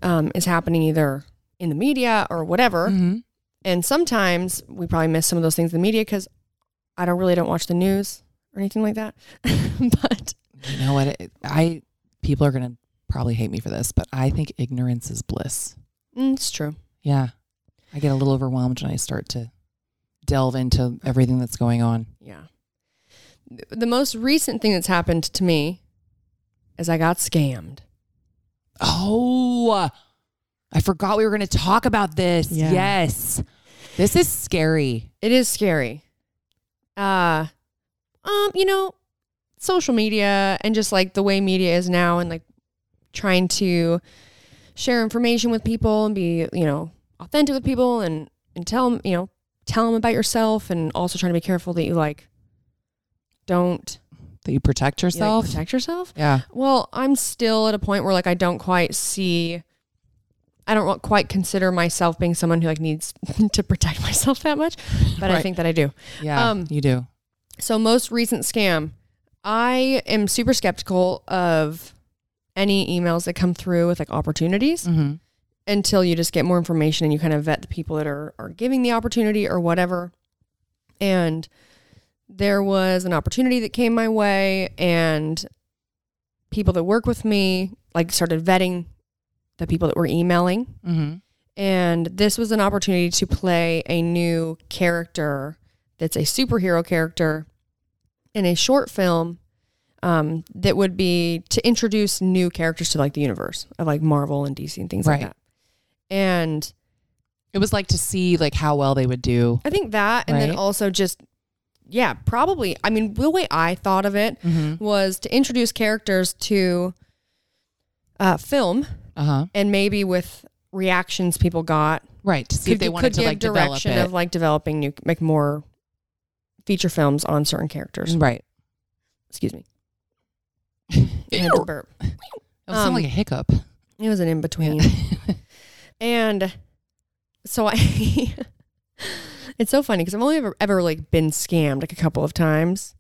Speaker 3: um, is happening either in the media or whatever.
Speaker 2: Mhm.
Speaker 3: And sometimes we probably miss some of those things in the media because I don't really don't watch the news or anything like that. but
Speaker 2: You know what? It, I people are gonna probably hate me for this, but I think ignorance is bliss.
Speaker 3: mm, it's true.
Speaker 2: Yeah, I get a little overwhelmed when I start to delve into everything that's going on.
Speaker 3: Yeah. Th- The most recent thing that's happened to me is I got scammed.
Speaker 2: Oh, I forgot we were going to talk about this.
Speaker 3: Yeah.
Speaker 2: Yes. This is scary.
Speaker 3: It is scary. Uh um, you know, social media and just like the way media is now and like trying to share information with people and be, you know, authentic with people and and tell them, you know, tell them about yourself and also trying to be careful that you like don't
Speaker 2: That you protect
Speaker 3: you, like,
Speaker 2: yourself.
Speaker 3: protect yourself.
Speaker 2: yeah.
Speaker 3: Well, I'm still at a point where like I don't quite see I don't wa- quite consider myself being someone who like needs to protect myself that much, but I
Speaker 2: Right.
Speaker 3: think that I do.
Speaker 2: Yeah.
Speaker 3: Um,
Speaker 2: you do.
Speaker 3: So most recent scam, I am super skeptical of any emails that come through with like opportunities
Speaker 2: Mm-hmm.
Speaker 3: until you just get more information and you kind of vet the people that are are giving the opportunity or whatever. And there was an opportunity that came my way and people that work with me like started vetting the people that were emailing
Speaker 2: Mm-hmm.
Speaker 3: and this was an opportunity to play a new character that's a superhero character in a short film um, that would be to introduce new characters to like the universe of like Marvel and DC and things
Speaker 2: Right.
Speaker 3: like that. And
Speaker 2: It was like to see like how well they would do.
Speaker 3: I think that, and then
Speaker 2: Right.
Speaker 3: also just, yeah, probably. I mean, the way I thought of it
Speaker 2: Mm-hmm.
Speaker 3: was to introduce characters to uh, film
Speaker 2: Uh huh.
Speaker 3: and maybe with reactions people got
Speaker 2: Right. To see if they wanted to like develop it.
Speaker 3: of like developing new like more feature films on certain characters.
Speaker 2: right.
Speaker 3: Excuse me. I had to
Speaker 2: Ew.
Speaker 3: burp.
Speaker 2: It sounded
Speaker 3: Um,
Speaker 2: like a hiccup.
Speaker 3: It was an in between. And so I it's so funny because I've only ever ever like been scammed like a couple of times.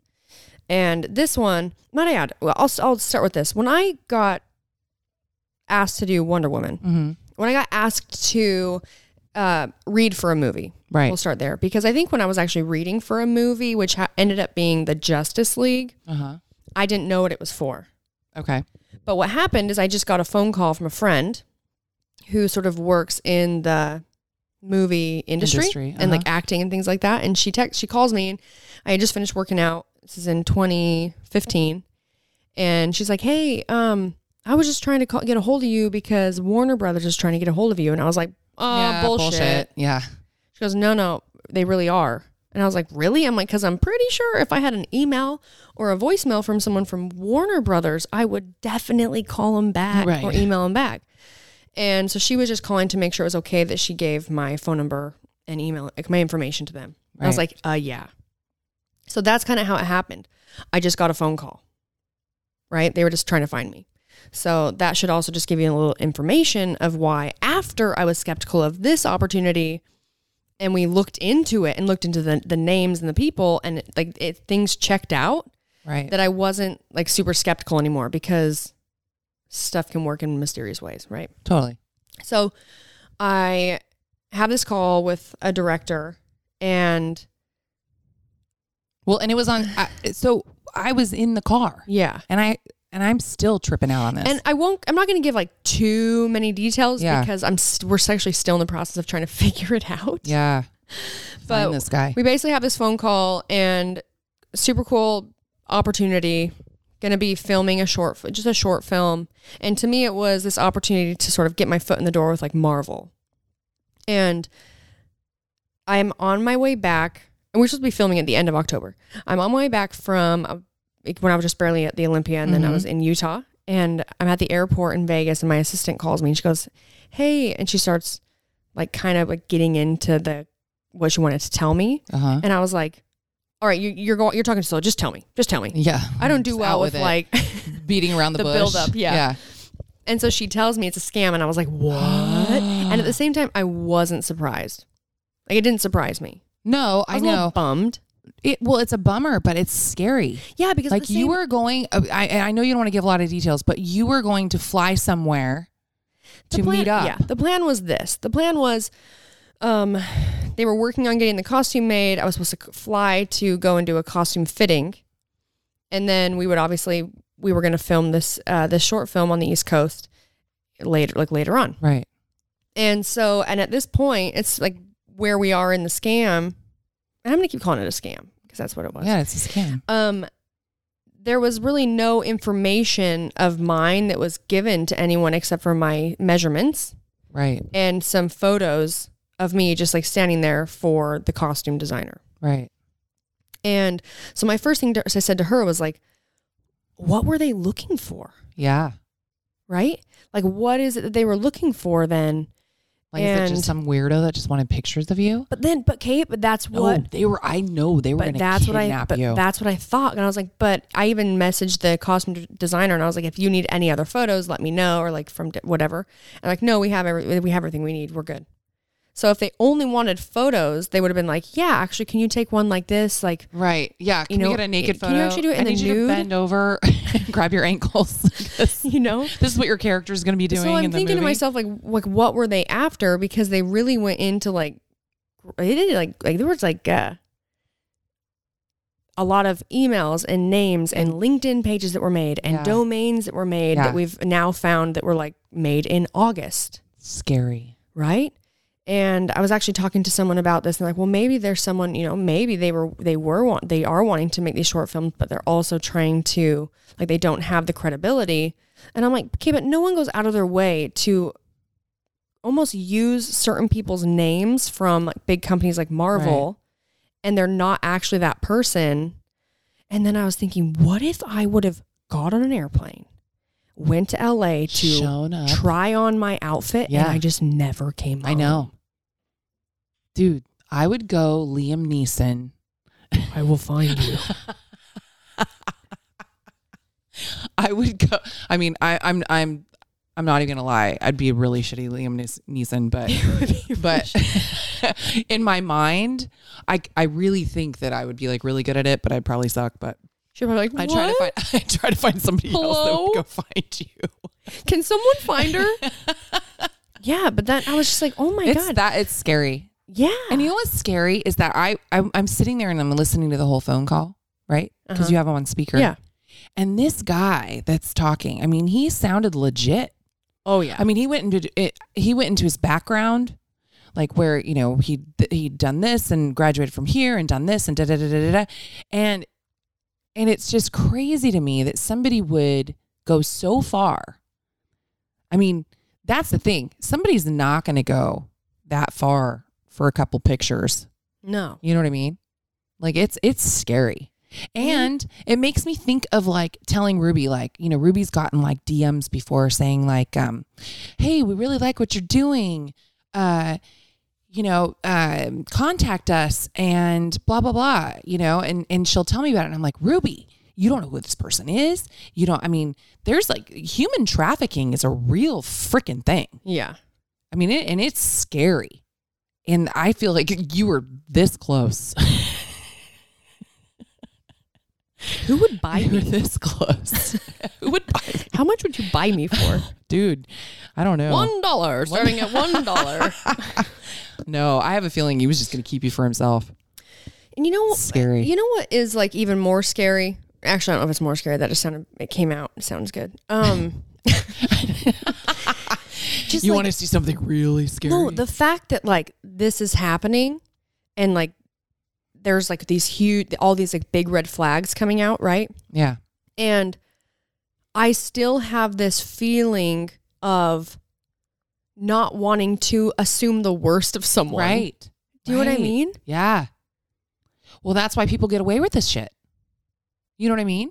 Speaker 3: And this one, might I add, well, I'll, I'll start with this. When I got asked to do Wonder Woman,
Speaker 2: mm-hmm.
Speaker 3: when I got asked to uh, read for a movie,
Speaker 2: Right.
Speaker 3: We'll start there because I think when I was actually reading for a movie, which ha- ended up being the Justice League,
Speaker 2: Uh huh.
Speaker 3: I didn't know what it was for.
Speaker 2: Okay.
Speaker 3: But what happened is I just got a phone call from a friend who sort of works in the movie industry,
Speaker 2: Industry,
Speaker 3: and like
Speaker 2: uh-huh.
Speaker 3: acting and things like that. And she text, she calls me, and I had just finished working out. This is in 2015, and she's like, "Hey, um, I was just trying to call, get a hold of you because Warner Brothers is trying to get a hold of you." And I was like, "Oh,
Speaker 2: Yeah,
Speaker 3: bullshit.
Speaker 2: Yeah.
Speaker 3: She goes, No, no, they really are. And I was like, Really? I'm like, Because I'm pretty sure if I had an email or a voicemail from someone from Warner Brothers, I would definitely call them back
Speaker 2: Right.
Speaker 3: or email them back. And so she was just calling to make sure it was okay that she gave my phone number and email, like my information to them. I was
Speaker 2: Right.
Speaker 3: like, Uh, yeah. So that's kind of how it happened. I just got a phone call, right? They were just trying to find me. So that should also just give you a little information of why, after I was skeptical of this opportunity, and we looked into it and looked into the, the names and the people and it, like it, things checked out
Speaker 2: Right.
Speaker 3: that I wasn't like super skeptical anymore because stuff can work in mysterious ways, right?
Speaker 2: totally.
Speaker 3: So I have this call with a director and
Speaker 2: Well, and it was on. I, so I was in the car,
Speaker 3: yeah.
Speaker 2: and I and I'm still tripping out on this.
Speaker 3: And I won't. I'm not going to give like too many details
Speaker 2: Yeah.
Speaker 3: because I'm st- we're actually still in the process of trying to figure it out.
Speaker 2: yeah.
Speaker 3: But
Speaker 2: Find this guy.
Speaker 3: we basically have this phone call and super cool opportunity going to be filming a short just a short film and to me it was this opportunity to sort of get my foot in the door with like marvel and i'm on my way back and we're supposed to be filming at the end of october i'm on my way back from uh, like, when i was just barely at the olympia and then i
Speaker 2: Mhm.
Speaker 3: was in utah and i'm at the airport in vegas and my assistant calls me and she goes hey and she starts like kind of like getting into the what she wanted to tell me
Speaker 2: uh huh.
Speaker 3: and I was like, "All right, you, you're going. You're talking slow. Just tell me. Just tell me.
Speaker 2: Yeah.
Speaker 3: I don't do
Speaker 2: Just
Speaker 3: well
Speaker 2: out
Speaker 3: with,
Speaker 2: it.
Speaker 3: like."
Speaker 2: beating around the,
Speaker 3: the
Speaker 2: bush.
Speaker 3: buildup, yeah. and so she tells me it's a scam, and I was like, "What?" and and at the same time, I wasn't surprised. Like it didn't surprise me.
Speaker 2: No,
Speaker 3: I
Speaker 2: I
Speaker 3: was a little
Speaker 2: know.
Speaker 3: bummed.
Speaker 2: It, well, it's a bummer, but it's scary.
Speaker 3: Yeah, because
Speaker 2: like you were going uh, I, and I know you don't want to give a lot of details but you were going to fly somewhere to meet up
Speaker 3: Yeah, the plan was this. The plan was, um, they were working on getting the costume made. I was supposed to c- fly to go and do a costume fitting, and then we would obviously we were going to film this uh, this short film on the East Coast later, like later on.
Speaker 2: right
Speaker 3: And so, and at this point, it's like where we are in the scam. And I'm going to keep calling it a scam because that's what it was.
Speaker 2: yeah it's a scam
Speaker 3: Um, there was really no information of mine that was given to anyone except for my measurements
Speaker 2: right
Speaker 3: and some photos of me just like standing there for the costume designer.
Speaker 2: right
Speaker 3: And so my first thing to, I said to her was like, what were they looking for?
Speaker 2: yeah
Speaker 3: Right? Like, what is it that they were looking for then?
Speaker 2: like is it
Speaker 3: And-
Speaker 2: just some weirdo that just wanted pictures of you
Speaker 3: But then, but Kate, but that's what
Speaker 2: oh, they were i know they were
Speaker 3: but
Speaker 2: gonna
Speaker 3: that's what I
Speaker 2: kidnap
Speaker 3: but
Speaker 2: you
Speaker 3: that's what I thought, and I was like, but I even messaged the costume d- designer, and I was like, if you need any other photos, let me know, or like from d- whatever. And like, no, we have every we have everything we need, we're good. So if they only wanted photos, they would have been like, yeah, actually, can you take one like this, like
Speaker 2: Right. Yeah. Can you
Speaker 3: know,
Speaker 2: get a naked
Speaker 3: can
Speaker 2: photo?
Speaker 3: you actually do it
Speaker 2: I
Speaker 3: in the
Speaker 2: need you
Speaker 3: nude?
Speaker 2: to bend over and grab your ankles. this
Speaker 3: you know.
Speaker 2: is what your character is going to be doing
Speaker 3: So I'm
Speaker 2: in the
Speaker 3: thinking to
Speaker 2: movie.
Speaker 3: myself, like, like what were they after? Because they really went into like, they did like like there was like. Uh, a lot of emails and names and LinkedIn pages that were made and
Speaker 2: Yeah.
Speaker 3: domains that were made
Speaker 2: Yeah.
Speaker 3: that we've now found that were like made in August,
Speaker 2: Scary.
Speaker 3: right? And I was actually talking to someone about this and like, well, maybe there's someone, you know, maybe they were they were want they are wanting to make these short films, but they're also trying to like they don't have the credibility. And I'm like, okay, but no one goes out of their way to almost use certain people's names from like big companies like Marvel and they're not actually that person. And then I was thinking, what if I would have got on an airplane, went to LA to
Speaker 2: Shown up.
Speaker 3: try on my outfit,
Speaker 2: Yeah.
Speaker 3: and I just never came home.
Speaker 2: I know. Dude, I would go Liam Neeson.
Speaker 3: I will find you.
Speaker 2: I would go. I mean, I, I'm, I'm, I'm not even gonna lie. I'd be a really shitty Liam Nees- Neeson, but, but in my mind, I, I really think that I would be like really good at it, but I'd probably suck. But
Speaker 3: She'll probably be
Speaker 2: I
Speaker 3: like,
Speaker 2: try to
Speaker 3: "What?
Speaker 2: find, I try to find somebody else that would go find you. Oh
Speaker 3: Can someone find her? yeah, but that I was just like, oh my
Speaker 2: it's
Speaker 3: god,
Speaker 2: that it's scary.
Speaker 3: yeah.
Speaker 2: And you know what's scary is that I, I'm, I'm sitting there and I'm listening to the whole phone call, right? Because
Speaker 3: Uh-huh.
Speaker 2: you have him on speaker.
Speaker 3: yeah.
Speaker 2: And this guy that's talking, I mean, he sounded legit.
Speaker 3: Oh yeah.
Speaker 2: I mean, he went into it, he went into his background, like where you know he he'd done this and graduated from here and done this and da da da da da, da, and and it's just crazy to me that somebody would go so far. I mean, that's the thing. Somebody's not going to go that far for a couple pictures.
Speaker 3: no.
Speaker 2: You know what I mean? Like it's it's scary. And it makes me think of like telling Ruby, like, you know, Ruby's gotten like DMs before saying like, um, hey, we really like what you're doing. Uh, you know, um, contact us and blah, blah, blah, you know, and and she'll tell me about it. And I'm like, Ruby, you don't know who this person is. You don't I mean, there's like human trafficking is a real freaking thing.
Speaker 3: Yeah.
Speaker 2: I mean, it, and it's scary. And I feel like you were this close.
Speaker 3: Who would buy
Speaker 2: you were
Speaker 3: me?
Speaker 2: this close. Who would buy?
Speaker 3: How much would you buy me for?
Speaker 2: Dude, I don't know.
Speaker 3: One dollar, starting at one dollar.
Speaker 2: No, I have a feeling he was just going to keep you for himself.
Speaker 3: And you know,
Speaker 2: Scary.
Speaker 3: You know what is like even more scary? Actually, I don't know if it's more scary. That just sounded. It came out. It sounds good. Um, just
Speaker 2: you
Speaker 3: like,
Speaker 2: want to see something really scary?
Speaker 3: no, the fact that like this is happening, and like there's like these huge, all these like big red flags coming out, right?
Speaker 2: yeah.
Speaker 3: And I still have this feeling of not wanting to assume the worst of someone.
Speaker 2: Right.
Speaker 3: Do you know what I
Speaker 2: Right.
Speaker 3: mean?
Speaker 2: Yeah. Well, that's why people get away with this shit. You know what I mean?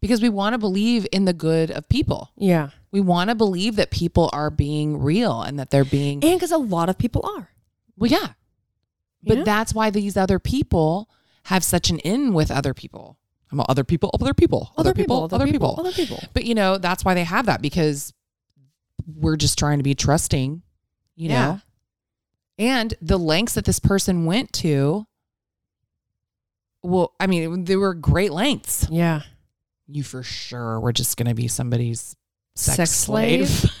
Speaker 2: Because we want to believe in the good of people.
Speaker 3: Yeah.
Speaker 2: We want to believe that people are being real and that they're being
Speaker 3: And because a lot of people are.
Speaker 2: Well, yeah. But
Speaker 3: know?
Speaker 2: that's why these other people have such an in with other people. I'm all, other people, other people, other, people, other people,
Speaker 3: other people.
Speaker 2: But you know, that's why they have that because we're just trying to be trusting, you
Speaker 3: Yeah.
Speaker 2: know, And the lengths that this person went to, well, I mean, they were great lengths.
Speaker 3: Yeah.
Speaker 2: You for sure were just going to be somebody's sex,
Speaker 3: Sex
Speaker 2: slave.
Speaker 3: slave?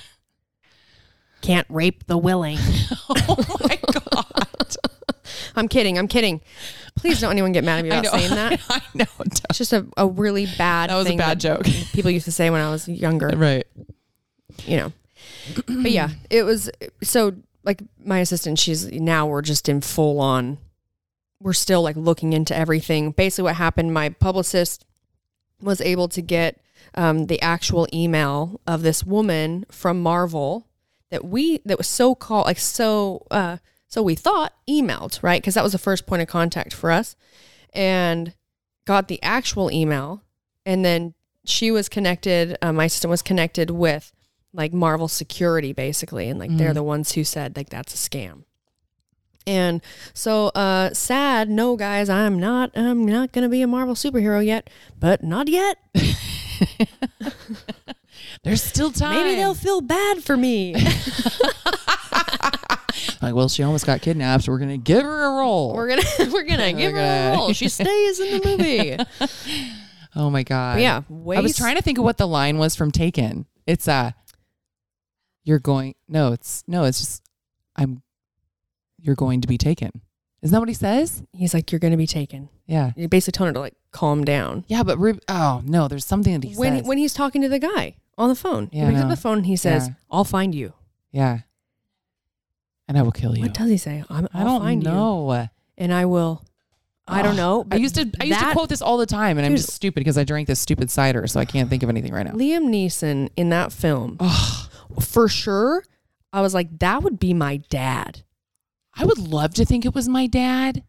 Speaker 3: Can't rape the willing.
Speaker 2: oh my God.
Speaker 3: I'm kidding. I'm kidding. Please don't anyone get mad at me
Speaker 2: I
Speaker 3: about
Speaker 2: know.
Speaker 3: saying that.
Speaker 2: I know.
Speaker 3: It's just a, a really bad
Speaker 2: That was a
Speaker 3: thing
Speaker 2: bad joke.
Speaker 3: people used to say when I was younger.
Speaker 2: right.
Speaker 3: you know. but yeah, it was so like my assistant, she's now we're just in full on we're still like looking into everything. Basically what happened, my publicist was able to get um, the actual email of this woman from Marvel that we that was so called like so uh so we thought emailed, right? Because that was the first point of contact for us. And got the actual email and then she was connected uh, my assistant was connected with like Marvel security basically and like they're
Speaker 2: Mm.
Speaker 3: the ones who said like that's a scam. And so uh sad, no guys, I'm not I'm not going to be a Marvel superhero yet, but not yet.
Speaker 2: There's still time.
Speaker 3: Maybe they'll feel bad for me.
Speaker 2: Like, well, she almost got kidnapped. So we're gonna give her a roll.
Speaker 3: we're going to we're going to give her
Speaker 2: gonna-
Speaker 3: a role. She stays in the movie.
Speaker 2: oh my god.
Speaker 3: But yeah, way
Speaker 2: I was trying to think of what the line was from Taken. It's uh you're going no, it's no, it's just I'm you're going to be taken. Isn't that what he says?
Speaker 3: He's like you're going to be taken.
Speaker 2: Yeah.
Speaker 3: You basically telling her to like calm down.
Speaker 2: Yeah, but Rib- oh no, there's something that he
Speaker 3: when
Speaker 2: says.
Speaker 3: when he's talking to the guy on the phone.
Speaker 2: Yeah, I
Speaker 3: he picks up
Speaker 2: know.
Speaker 3: the phone and he says,
Speaker 2: Yeah.
Speaker 3: "I'll find you."
Speaker 2: yeah. And I will kill you.
Speaker 3: What does he say? I'm,
Speaker 2: I
Speaker 3: I'll
Speaker 2: don't
Speaker 3: find you.
Speaker 2: know.
Speaker 3: and I will. I don't
Speaker 2: Ugh.
Speaker 3: know.
Speaker 2: I
Speaker 3: but
Speaker 2: used to I used to
Speaker 3: that-
Speaker 2: quote this all the time, and I'm
Speaker 3: Dude.
Speaker 2: just stupid because I drank this stupid cider, so I can't think of anything right now.
Speaker 3: Liam Neeson in that film
Speaker 2: Ugh.
Speaker 3: for sure. I was like, that would be my dad.
Speaker 2: I would love to think it was my dad,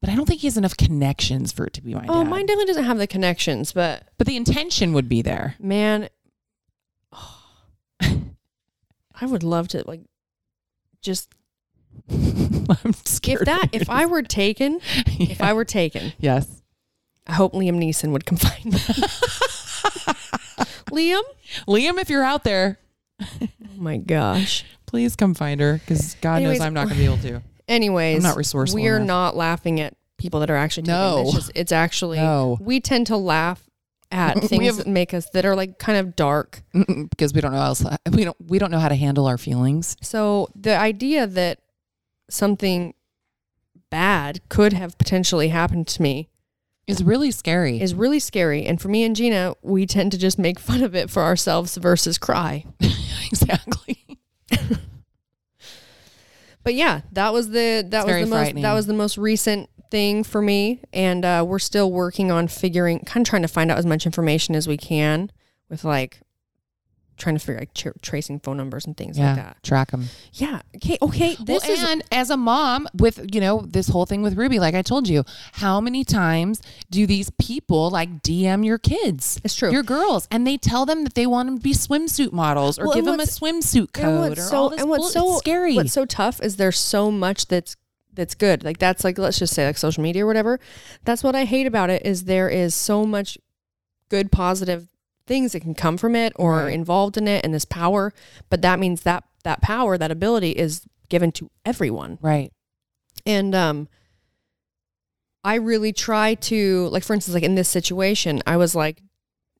Speaker 2: but I don't think he has enough connections for it to be my
Speaker 3: Oh,
Speaker 2: dad.
Speaker 3: mine definitely doesn't have the connections, but
Speaker 2: But the intention would be there.
Speaker 3: man, I would love to like just
Speaker 2: I'm scared.
Speaker 3: if that if I were taken,
Speaker 2: Yeah.
Speaker 3: if I were taken,
Speaker 2: yes,
Speaker 3: I hope Liam Neeson would come find me. Liam,
Speaker 2: Liam, if you're out there,
Speaker 3: oh my gosh.
Speaker 2: please come find her because God
Speaker 3: Anyways,
Speaker 2: knows I'm not going to be able to.
Speaker 3: Anyways,
Speaker 2: I'm not resourceful
Speaker 3: We're
Speaker 2: enough.
Speaker 3: not laughing at people that are actually taking
Speaker 2: No.
Speaker 3: it. It's, just, it's actually
Speaker 2: No.
Speaker 3: we tend to laugh at
Speaker 2: We
Speaker 3: things
Speaker 2: have-
Speaker 3: that make us that are like kind of dark.
Speaker 2: Mm-mm, because we don't know how else, we don't we don't know how to handle our feelings.
Speaker 3: So the idea that something bad could have potentially happened to me
Speaker 2: It's really scary.
Speaker 3: is really scary. And for me and Gina, we tend to just make fun of it for ourselves versus cry.
Speaker 2: exactly.
Speaker 3: But yeah, that was the that was
Speaker 2: very
Speaker 3: the most
Speaker 2: frightening.
Speaker 3: that was the most recent thing for me, and uh, we're still working on figuring, kind of trying to find out as much information as we can with like trying to figure like tr- tracing phone numbers and things
Speaker 2: Yeah,
Speaker 3: like that.
Speaker 2: track them.
Speaker 3: Yeah. Okay. Okay. This
Speaker 2: well,
Speaker 3: is
Speaker 2: and as a mom with you know this whole thing with Ruby, like I told you, how many times do these people like DM your kids?
Speaker 3: It's true.
Speaker 2: your girls, and they tell them that they want them to be swimsuit models or
Speaker 3: Well,
Speaker 2: give them
Speaker 3: and
Speaker 2: a
Speaker 3: what's-
Speaker 2: swimsuit
Speaker 3: and
Speaker 2: code
Speaker 3: what's
Speaker 2: or
Speaker 3: so
Speaker 2: all this.
Speaker 3: and what's
Speaker 2: bull-
Speaker 3: so
Speaker 2: it's scary?
Speaker 3: What's so tough is there's so much that's that's good. Like that's like let's just say like social media or whatever. That's what I hate about it is there is so much good positive things that can come from it or
Speaker 2: Right.
Speaker 3: involved in it and this power, but that means that that power, that ability is given to everyone.
Speaker 2: right.
Speaker 3: And um I really try to like for instance like in this situation, I was like,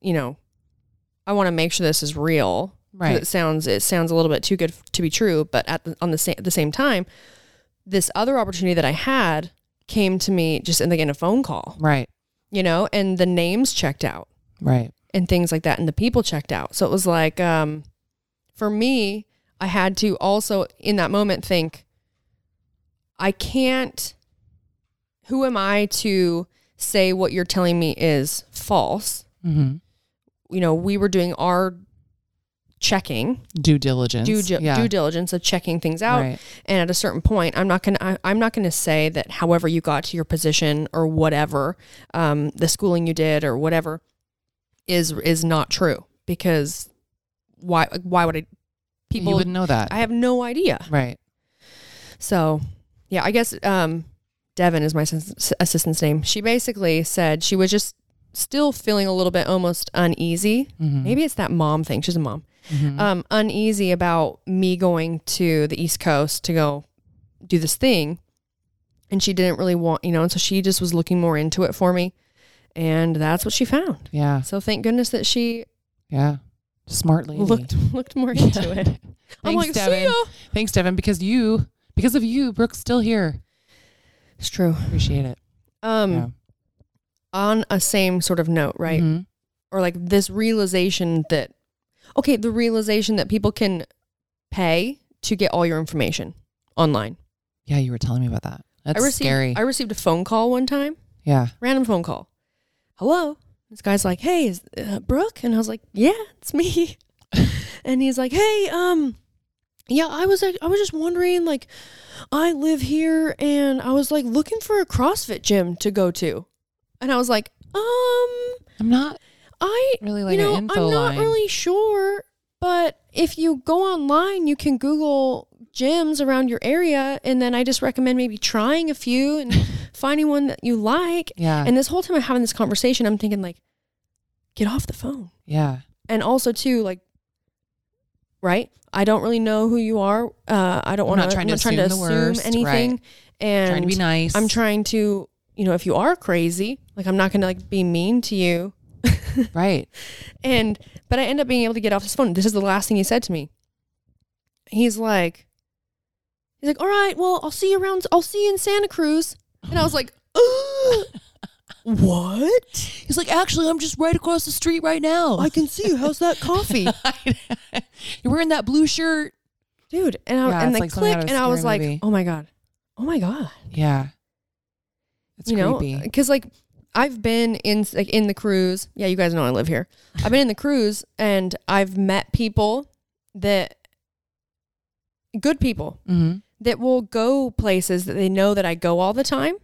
Speaker 3: you know, I want to make sure this is real. 'Cause
Speaker 2: Right.
Speaker 3: It sounds it sounds a little bit too good f- to be true, but at the, on the same at the same time, this other opportunity that I had came to me just in the in a phone call,
Speaker 2: Right.
Speaker 3: you know, and the names checked out
Speaker 2: Right.
Speaker 3: and things like that and the people checked out. So it was like um for me, I had to also in that moment think I can't who am I to say what you're telling me is false?
Speaker 2: Mm-hmm.
Speaker 3: You know, we were doing our checking
Speaker 2: Due diligence.
Speaker 3: due, gi- due diligence of checking things out.
Speaker 2: Right.
Speaker 3: And at a certain point, I'm not gonna I, I'm not gonna say that however you got to your position or whatever um, the schooling you did or whatever is is not true because why why would I
Speaker 2: you
Speaker 3: people
Speaker 2: wouldn't know that.
Speaker 3: I have no idea.
Speaker 2: right.
Speaker 3: So yeah, I guess um, Devin is my assist- assistant's name. She basically said she was just still feeling a little bit almost uneasy. Maybe it's that mom thing. She's a mom um, uneasy about me going to the East Coast to go do this thing. And she didn't really want, you know, and so she just was looking more into it for me. And that's what she found.
Speaker 2: Yeah.
Speaker 3: So thank goodness that she
Speaker 2: Yeah. Smart lady.
Speaker 3: looked looked more into it. I'm
Speaker 2: Thanks,
Speaker 3: like, see
Speaker 2: Devin.
Speaker 3: ya.
Speaker 2: Thanks, Devin, because you, because of you, Brooke's still here.
Speaker 3: It's true.
Speaker 2: Appreciate it.
Speaker 3: Um,
Speaker 2: Yeah.
Speaker 3: on a same sort of note, right?
Speaker 2: Mhm.
Speaker 3: Or like this realization that, okay, the realization that people can pay to get all your information online.
Speaker 2: Yeah, you were telling me about that. That's
Speaker 3: I received,
Speaker 2: scary.
Speaker 3: I received a phone call one time,
Speaker 2: yeah.
Speaker 3: random phone call. Hello. This guy's like, hey, is uh, Brooke? And I was like, yeah, it's me. and he's like, hey, um, yeah, I was like, I was just wondering, like, I live here and I was like looking for a CrossFit gym to go to. And I was like, um,
Speaker 2: I'm not
Speaker 3: I
Speaker 2: really
Speaker 3: you
Speaker 2: like
Speaker 3: know,
Speaker 2: an info
Speaker 3: I'm not
Speaker 2: line.
Speaker 3: really sure, but if you go online, you can Google gyms around your area, and then I just recommend maybe trying a few and finding one that you like.
Speaker 2: Yeah.
Speaker 3: And this whole time I'm having this conversation, I'm thinking like, get off the phone.
Speaker 2: yeah.
Speaker 3: And also too, like, right? I don't really know who you are. Uh, I don't
Speaker 2: I'm
Speaker 3: want
Speaker 2: not trying to
Speaker 3: trying to
Speaker 2: assume the
Speaker 3: assume
Speaker 2: worst, right.
Speaker 3: anything. And
Speaker 2: trying to be nice.
Speaker 3: I'm trying to, you know, if you are crazy, like I'm not gonna like be mean to you.
Speaker 2: Right.
Speaker 3: And but I end up being able to get off his phone. This is the last thing he said to me. He's like, he's like, all right, well, I'll see you around. I'll see you in Santa Cruz. And I was like, "Ugh, what?
Speaker 2: He's like, actually, I'm just right across the street right now.
Speaker 3: I can see you. How's that coffee,
Speaker 2: You're wearing that blue shirt.
Speaker 3: dude? And I
Speaker 2: Yeah,
Speaker 3: and
Speaker 2: it's
Speaker 3: they
Speaker 2: like something
Speaker 3: click,
Speaker 2: out of a
Speaker 3: and I was
Speaker 2: scary
Speaker 3: like,
Speaker 2: movie.
Speaker 3: oh my god, oh my god.
Speaker 2: Yeah. It's
Speaker 3: you
Speaker 2: creepy.
Speaker 3: know, uh, because like I've been in like in the cruise. Yeah, you guys know I live here. I've been in the cruise and I've met people that good people
Speaker 2: mm-hmm.
Speaker 3: that will go places that they know that I go all the time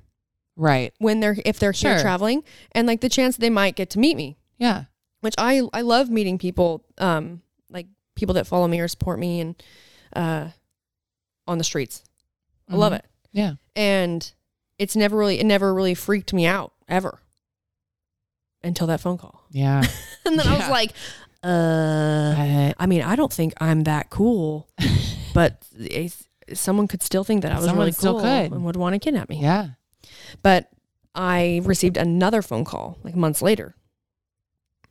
Speaker 2: Right.
Speaker 3: when they're if they're here
Speaker 2: Sure.
Speaker 3: traveling and like the chance they might get to meet me,
Speaker 2: Yeah.
Speaker 3: which I I love meeting people um like people that follow me or support me and uh on the streets. I love
Speaker 2: Mhm.
Speaker 3: it.
Speaker 2: Yeah.
Speaker 3: And it's never really it never really freaked me out ever until that phone call.
Speaker 2: Mm-hmm. Yeah.
Speaker 3: And then I was
Speaker 2: Yeah.
Speaker 3: like, uh
Speaker 2: But
Speaker 3: I mean, I don't think I'm that cool, but it's, someone could still think that I was
Speaker 2: Someone
Speaker 3: really
Speaker 2: still
Speaker 3: cool
Speaker 2: could.
Speaker 3: and would want to kidnap me.
Speaker 2: yeah.
Speaker 3: But I received another phone call like months later,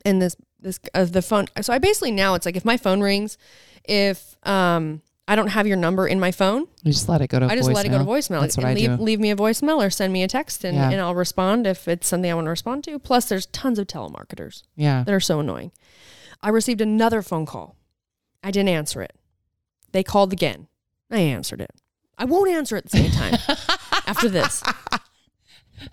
Speaker 3: and this this uh, the phone. So I basically now it's like if my phone rings, if um I don't have your number in my phone,
Speaker 2: You just let it go to
Speaker 3: I just let it go to voicemail.
Speaker 2: That's what
Speaker 3: and
Speaker 2: I
Speaker 3: leave,
Speaker 2: do.
Speaker 3: leave me a voicemail or send me a text, and,
Speaker 2: Yeah.
Speaker 3: and I'll respond if it's something I want to respond to. Plus, there's tons of telemarketers
Speaker 2: Yeah.
Speaker 3: that are so annoying. I received another phone call. I didn't answer it. They called again. I answered it. I won't answer it the same time after this.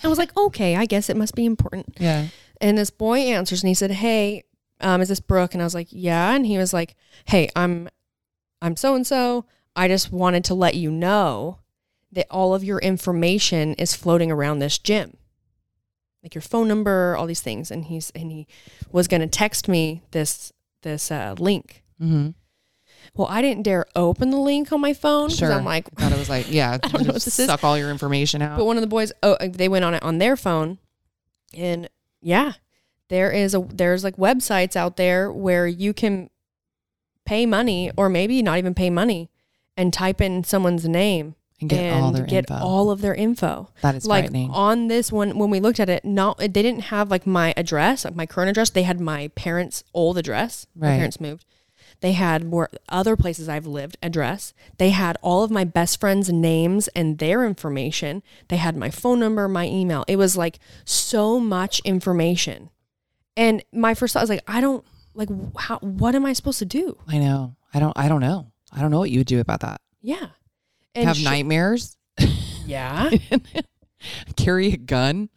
Speaker 3: I was like, okay, I guess it must be important.
Speaker 2: Yeah.
Speaker 3: And this boy answers and he said, Hey, um, is this Brooke? And I was like, Yeah. And he was like, Hey, I'm I'm so and so. I just wanted to let you know that all of your information is floating around this gym. Like your phone number, all these things. And he's and he was gonna text me this this uh, link.
Speaker 2: Mm-hmm.
Speaker 3: Well, I didn't dare open the link on my phone because
Speaker 2: Sure.
Speaker 3: I'm like,
Speaker 2: I thought it was like, yeah,
Speaker 3: I don't know what
Speaker 2: just
Speaker 3: this is.
Speaker 2: suck all your information out.
Speaker 3: But one of the boys, oh, uh, they went on it on their phone, and yeah, there is a there's like websites out there where you can pay money or maybe not even pay money and type in someone's name
Speaker 2: and get all their
Speaker 3: get
Speaker 2: info.
Speaker 3: all of their info.
Speaker 2: that is
Speaker 3: like
Speaker 2: frightening.
Speaker 3: on this one, when we looked at it, not they didn't have like my address, like my current address. They had my parents' old address. My
Speaker 2: Right.
Speaker 3: parents moved. They had where other places I've lived address. They had all of my best friends' names and their information. They had my phone number, my email. It was like so much information. And my first thought was like, I don't like wh- how. What am I supposed to do?
Speaker 2: I know. I don't. I don't know. I don't know what you would do about that.
Speaker 3: Yeah. And
Speaker 2: Have
Speaker 3: sh-
Speaker 2: nightmares?
Speaker 3: Yeah.
Speaker 2: Carry a gun?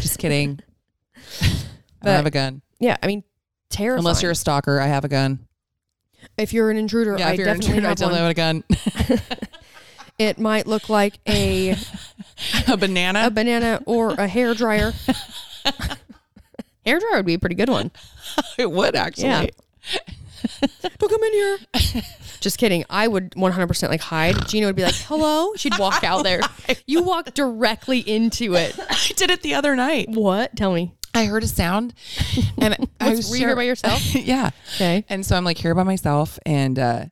Speaker 2: Just kidding. I
Speaker 3: But-
Speaker 2: don't have a gun.
Speaker 3: yeah. I mean, terrifying.
Speaker 2: Unless you're a stalker, I have a gun.
Speaker 3: if you're an intruder,
Speaker 2: Yeah,
Speaker 3: I
Speaker 2: if you're an intruder,
Speaker 3: definitely
Speaker 2: I
Speaker 3: have
Speaker 2: definitely
Speaker 3: one.
Speaker 2: have a gun.
Speaker 3: It might look like a
Speaker 2: a banana.
Speaker 3: a banana or a hair dryer. hair dryer would be a pretty good one.
Speaker 2: it would actually.
Speaker 3: Yeah. Don't come in here. Just kidding. I would 100% like hide. Gina would be like, "Hello." She'd walk out there. You walk directly into it.
Speaker 2: I did it the other night.
Speaker 3: What? Tell me.
Speaker 2: I heard a sound, and I
Speaker 3: What's-
Speaker 2: was
Speaker 3: were you here by yourself?
Speaker 2: yeah.
Speaker 3: Okay.
Speaker 2: And so I'm like here by myself, and uh,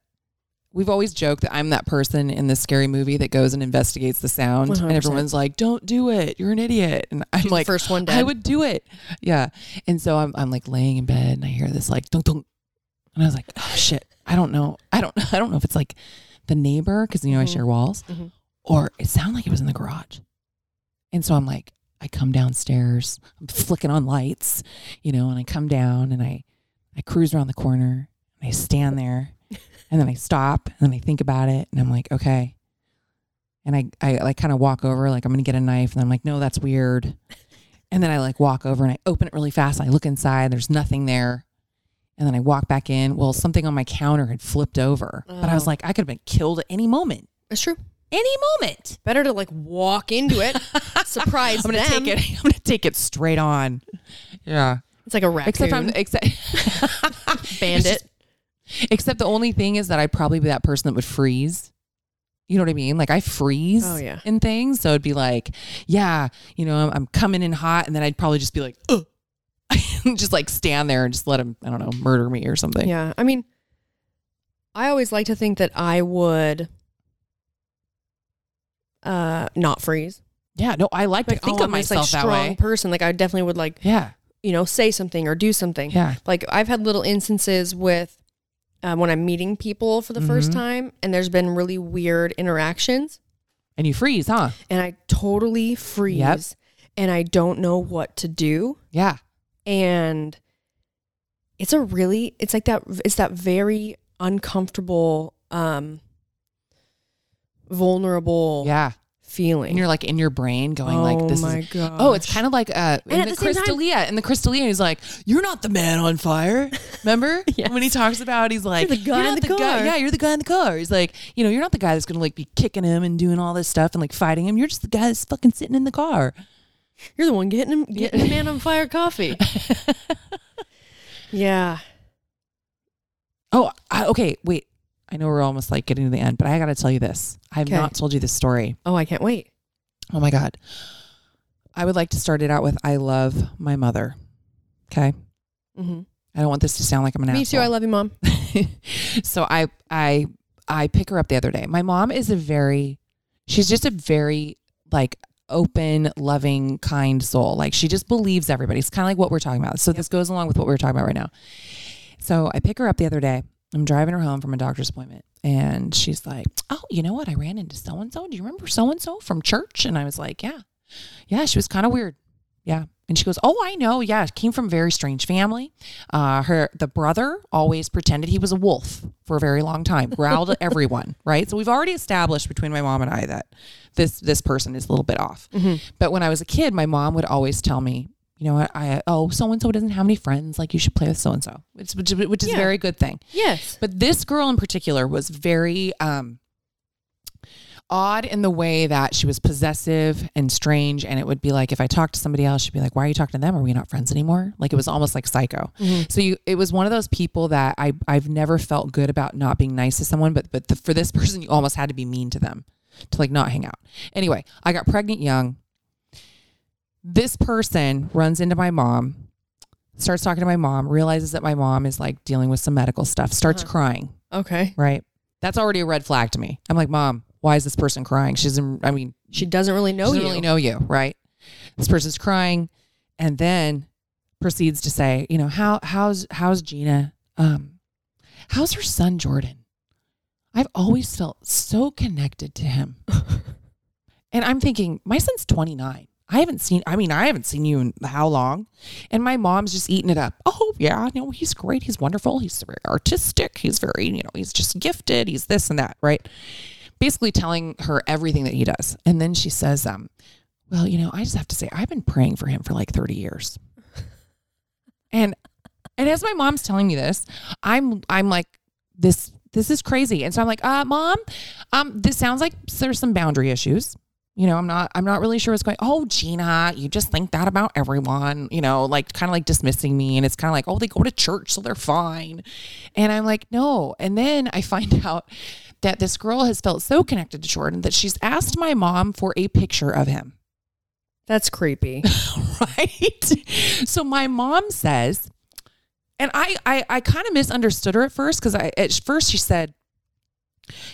Speaker 2: We've always joked that I'm that person in this scary movie that goes and investigates the sound, and
Speaker 3: 100%.
Speaker 2: everyone's like, "Don't do it! You're an idiot!" And I'm
Speaker 3: She's the
Speaker 2: like,
Speaker 3: first one
Speaker 2: I
Speaker 3: dead."
Speaker 2: would do it." Yeah, and so I'm I'm like laying in bed, and I hear this like dunk dunk, and I was like, "Oh shit! I don't know. I don't I don't know if it's like the neighbor because you know I share walls,
Speaker 3: Mhm.
Speaker 2: or it sounded like it was in the garage." And so I'm like, I come downstairs, I'm flicking on lights, you know, and I come down and I I cruise around the corner and I stand there and then I stop and then I think about it and I'm like, okay. And I, I like kind of walk over, like I'm gonna get a knife, and I'm like, no, that's weird. And then I like walk over and I open it really fast and I look inside, there's nothing there. And then I walk back in. Well, something on my counter had flipped over. But I was
Speaker 3: Oh.
Speaker 2: like, I could have been killed at any moment.
Speaker 3: It's true.
Speaker 2: Any moment.
Speaker 3: Better to like walk into it, surprise
Speaker 2: I'm gonna
Speaker 3: them.
Speaker 2: take it. I'm gonna take it straight on. Yeah.
Speaker 3: It's like a raccoon.
Speaker 2: Except I'm except
Speaker 3: bandit.
Speaker 2: except the only thing is that I'd probably be that person that would freeze. You know what I mean? Like I freeze
Speaker 3: Oh, yeah.
Speaker 2: in things, so it'd be like, yeah, you know, I'm, I'm coming in hot, and then I'd probably just be like, Ugh. just like stand there and just let him, I don't know, murder me or something.
Speaker 3: Yeah. I mean, I always like to think that I would uh not freeze.
Speaker 2: Yeah, no, I like
Speaker 3: Like
Speaker 2: to think
Speaker 3: oh,
Speaker 2: of
Speaker 3: I'm this,
Speaker 2: myself
Speaker 3: like
Speaker 2: that
Speaker 3: strong
Speaker 2: way.
Speaker 3: person. Like I definitely would like,
Speaker 2: yeah,
Speaker 3: you know, say something or do something.
Speaker 2: yeah,
Speaker 3: Like I've had little instances with um, when I'm meeting people for the first
Speaker 2: Mhm.
Speaker 3: time and there's been really weird interactions
Speaker 2: and you freeze, huh?
Speaker 3: and I totally freeze and I don't know what to do.
Speaker 2: Yeah,
Speaker 3: and it's a really it's like that it's that very uncomfortable um vulnerable
Speaker 2: yeah.
Speaker 3: feeling
Speaker 2: And you're like in your brain going
Speaker 3: oh
Speaker 2: like, this is
Speaker 3: my god
Speaker 2: Oh, it's kind of like uh, in
Speaker 3: at
Speaker 2: the,
Speaker 3: the same time-
Speaker 2: Crystalia. in the Crystalia, he's like, "You're not the man on fire." Remember
Speaker 3: Yes.
Speaker 2: when he talks about, he's like,
Speaker 3: the guy
Speaker 2: "You're
Speaker 3: in
Speaker 2: not
Speaker 3: the
Speaker 2: guy.
Speaker 3: car."
Speaker 2: Yeah, you're the guy in the car." He's like, "You know, you're not the guy that's gonna like be kicking him and doing all this stuff and like fighting him. You're just the guy that's fucking sitting in the car."
Speaker 3: you're the one getting him getting the man on fire coffee yeah
Speaker 2: Oh, I, okay. Wait, I know we're almost like getting to the end, but I gotta tell you this. I've
Speaker 3: Okay.
Speaker 2: not told you this story.
Speaker 3: oh i can't wait
Speaker 2: Oh my God. I would like to start it out with I love my mother. Okay.
Speaker 3: mm-hmm.
Speaker 2: I don't want this to sound like I'm an
Speaker 3: me too
Speaker 2: asshole.
Speaker 3: i love you mom
Speaker 2: so I I I pick her up the other day. My mom is a very she's just a very like open, loving, kind soul. Like she just believes everybody. It's kind of like what we're talking about. So this goes along with what we're talking about right now. So I pick her up the other day. I'm driving her home from a doctor's appointment and she's like, "Oh, you know what? I ran into so and so. Do you remember so and so from church?" And I was like, "Yeah." Yeah, she was kind of weird. Yeah. And she goes, "Oh, I know. Yeah, came from a very strange family. Uh, her the brother always pretended he was a wolf for a very long time, growled at everyone, right? So we've already established between my mom and I that this this person is a little bit off. But when I was a kid, my mom would always tell me, you know, I, I oh so and so doesn't have any friends, like you should play with so and so, which which which is a
Speaker 3: Yeah.
Speaker 2: very good thing.
Speaker 3: yes
Speaker 2: But this girl in particular was very um, odd in the way that she was possessive and strange. And it would be like if I talked to somebody else, she'd be like, "Why are you talking to them? Are we not friends anymore?" Like it was almost like psycho. So you, it was one of those people that I I've never felt good about not being nice to someone, but but the, for this person, you almost had to be mean to them to like not hang out. Anyway, I got pregnant young. This person runs into my mom starts talking to my mom, realizes that my mom is like dealing with some medical stuff, starts crying,
Speaker 3: okay
Speaker 2: right? That's already a red flag to me. I'm like, Mom, why is this person crying? She's, in, I mean,
Speaker 3: she doesn't really know
Speaker 2: doesn't
Speaker 3: you
Speaker 2: really know you, right? This person's crying, and then proceeds to say, you know, how how's how's Gina? Um, how's her son Jordan? I've always felt so connected to him, and I'm thinking, my son's 29. I haven't seen. I mean, I haven't seen you in how long, and my mom's just eating it up. Oh yeah, no, he's great. He's wonderful. He's very artistic. He's very, you know, he's just gifted. He's this and that, right? basically telling her everything that he does. And then she says, um, well, you know, I just have to say I've been praying for him for like 30 years. and and as my mom's telling me this, I'm I'm like this this is crazy. And so I'm like, "Uh, mom, um this sounds like there's some boundary issues." You know, I'm not I'm not really sure what's going. Oh, Gina, you just think that about everyone, you know, like kind of like dismissing me and it's kind of like, "Oh, they go to church, so they're fine." And I'm like, "No." And then I find out that this girl has felt so connected to Jordan that she's asked my mom for a picture of him.
Speaker 3: that's creepy
Speaker 2: Right? So my mom says, and I I, I kind of misunderstood her at first because I at first she said,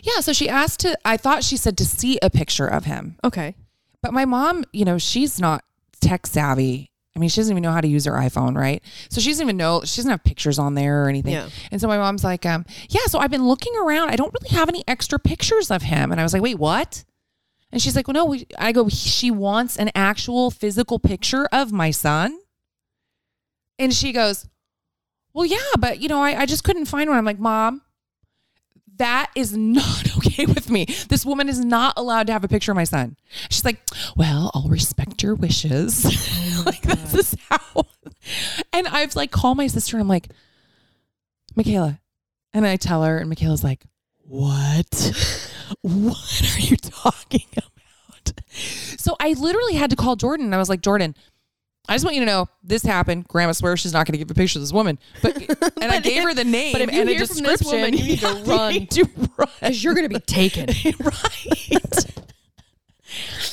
Speaker 2: Yeah, so she asked to I thought she said to see a picture of him.
Speaker 3: Okay.
Speaker 2: But my mom, you know, she's not tech savvy. I mean, she doesn't even know how to use her iPhone, right? So she doesn't even know she doesn't have pictures on there or anything.
Speaker 3: Yeah.
Speaker 2: And so my mom's like, um, yeah, so I've been looking around. I don't really have any extra pictures of him. And I was like, wait, what? And she's like, well, no, we, I go, she wants an actual physical picture of my son. And she goes, well, yeah, but you know, I, I just couldn't find one. I'm like, mom, that is not okay with me. This woman is not allowed to have a picture of my son. She's like, well, I'll respect your wishes. like this is how. And I've like called my sister. And I'm like, Michaela, and I tell her, and Michaela's like, what? what are you talking about? So I literally had to call Jordan. And I was like, Jordan. I just want you to know this happened. Grandma swears she's not going to give a picture of this woman, but and I gave her the name
Speaker 3: but if you
Speaker 2: and a
Speaker 3: hear from this
Speaker 2: description.
Speaker 3: woman, you need to
Speaker 2: Yeah,
Speaker 3: run.
Speaker 2: need to run.
Speaker 3: Because you're going to be taken.
Speaker 2: right.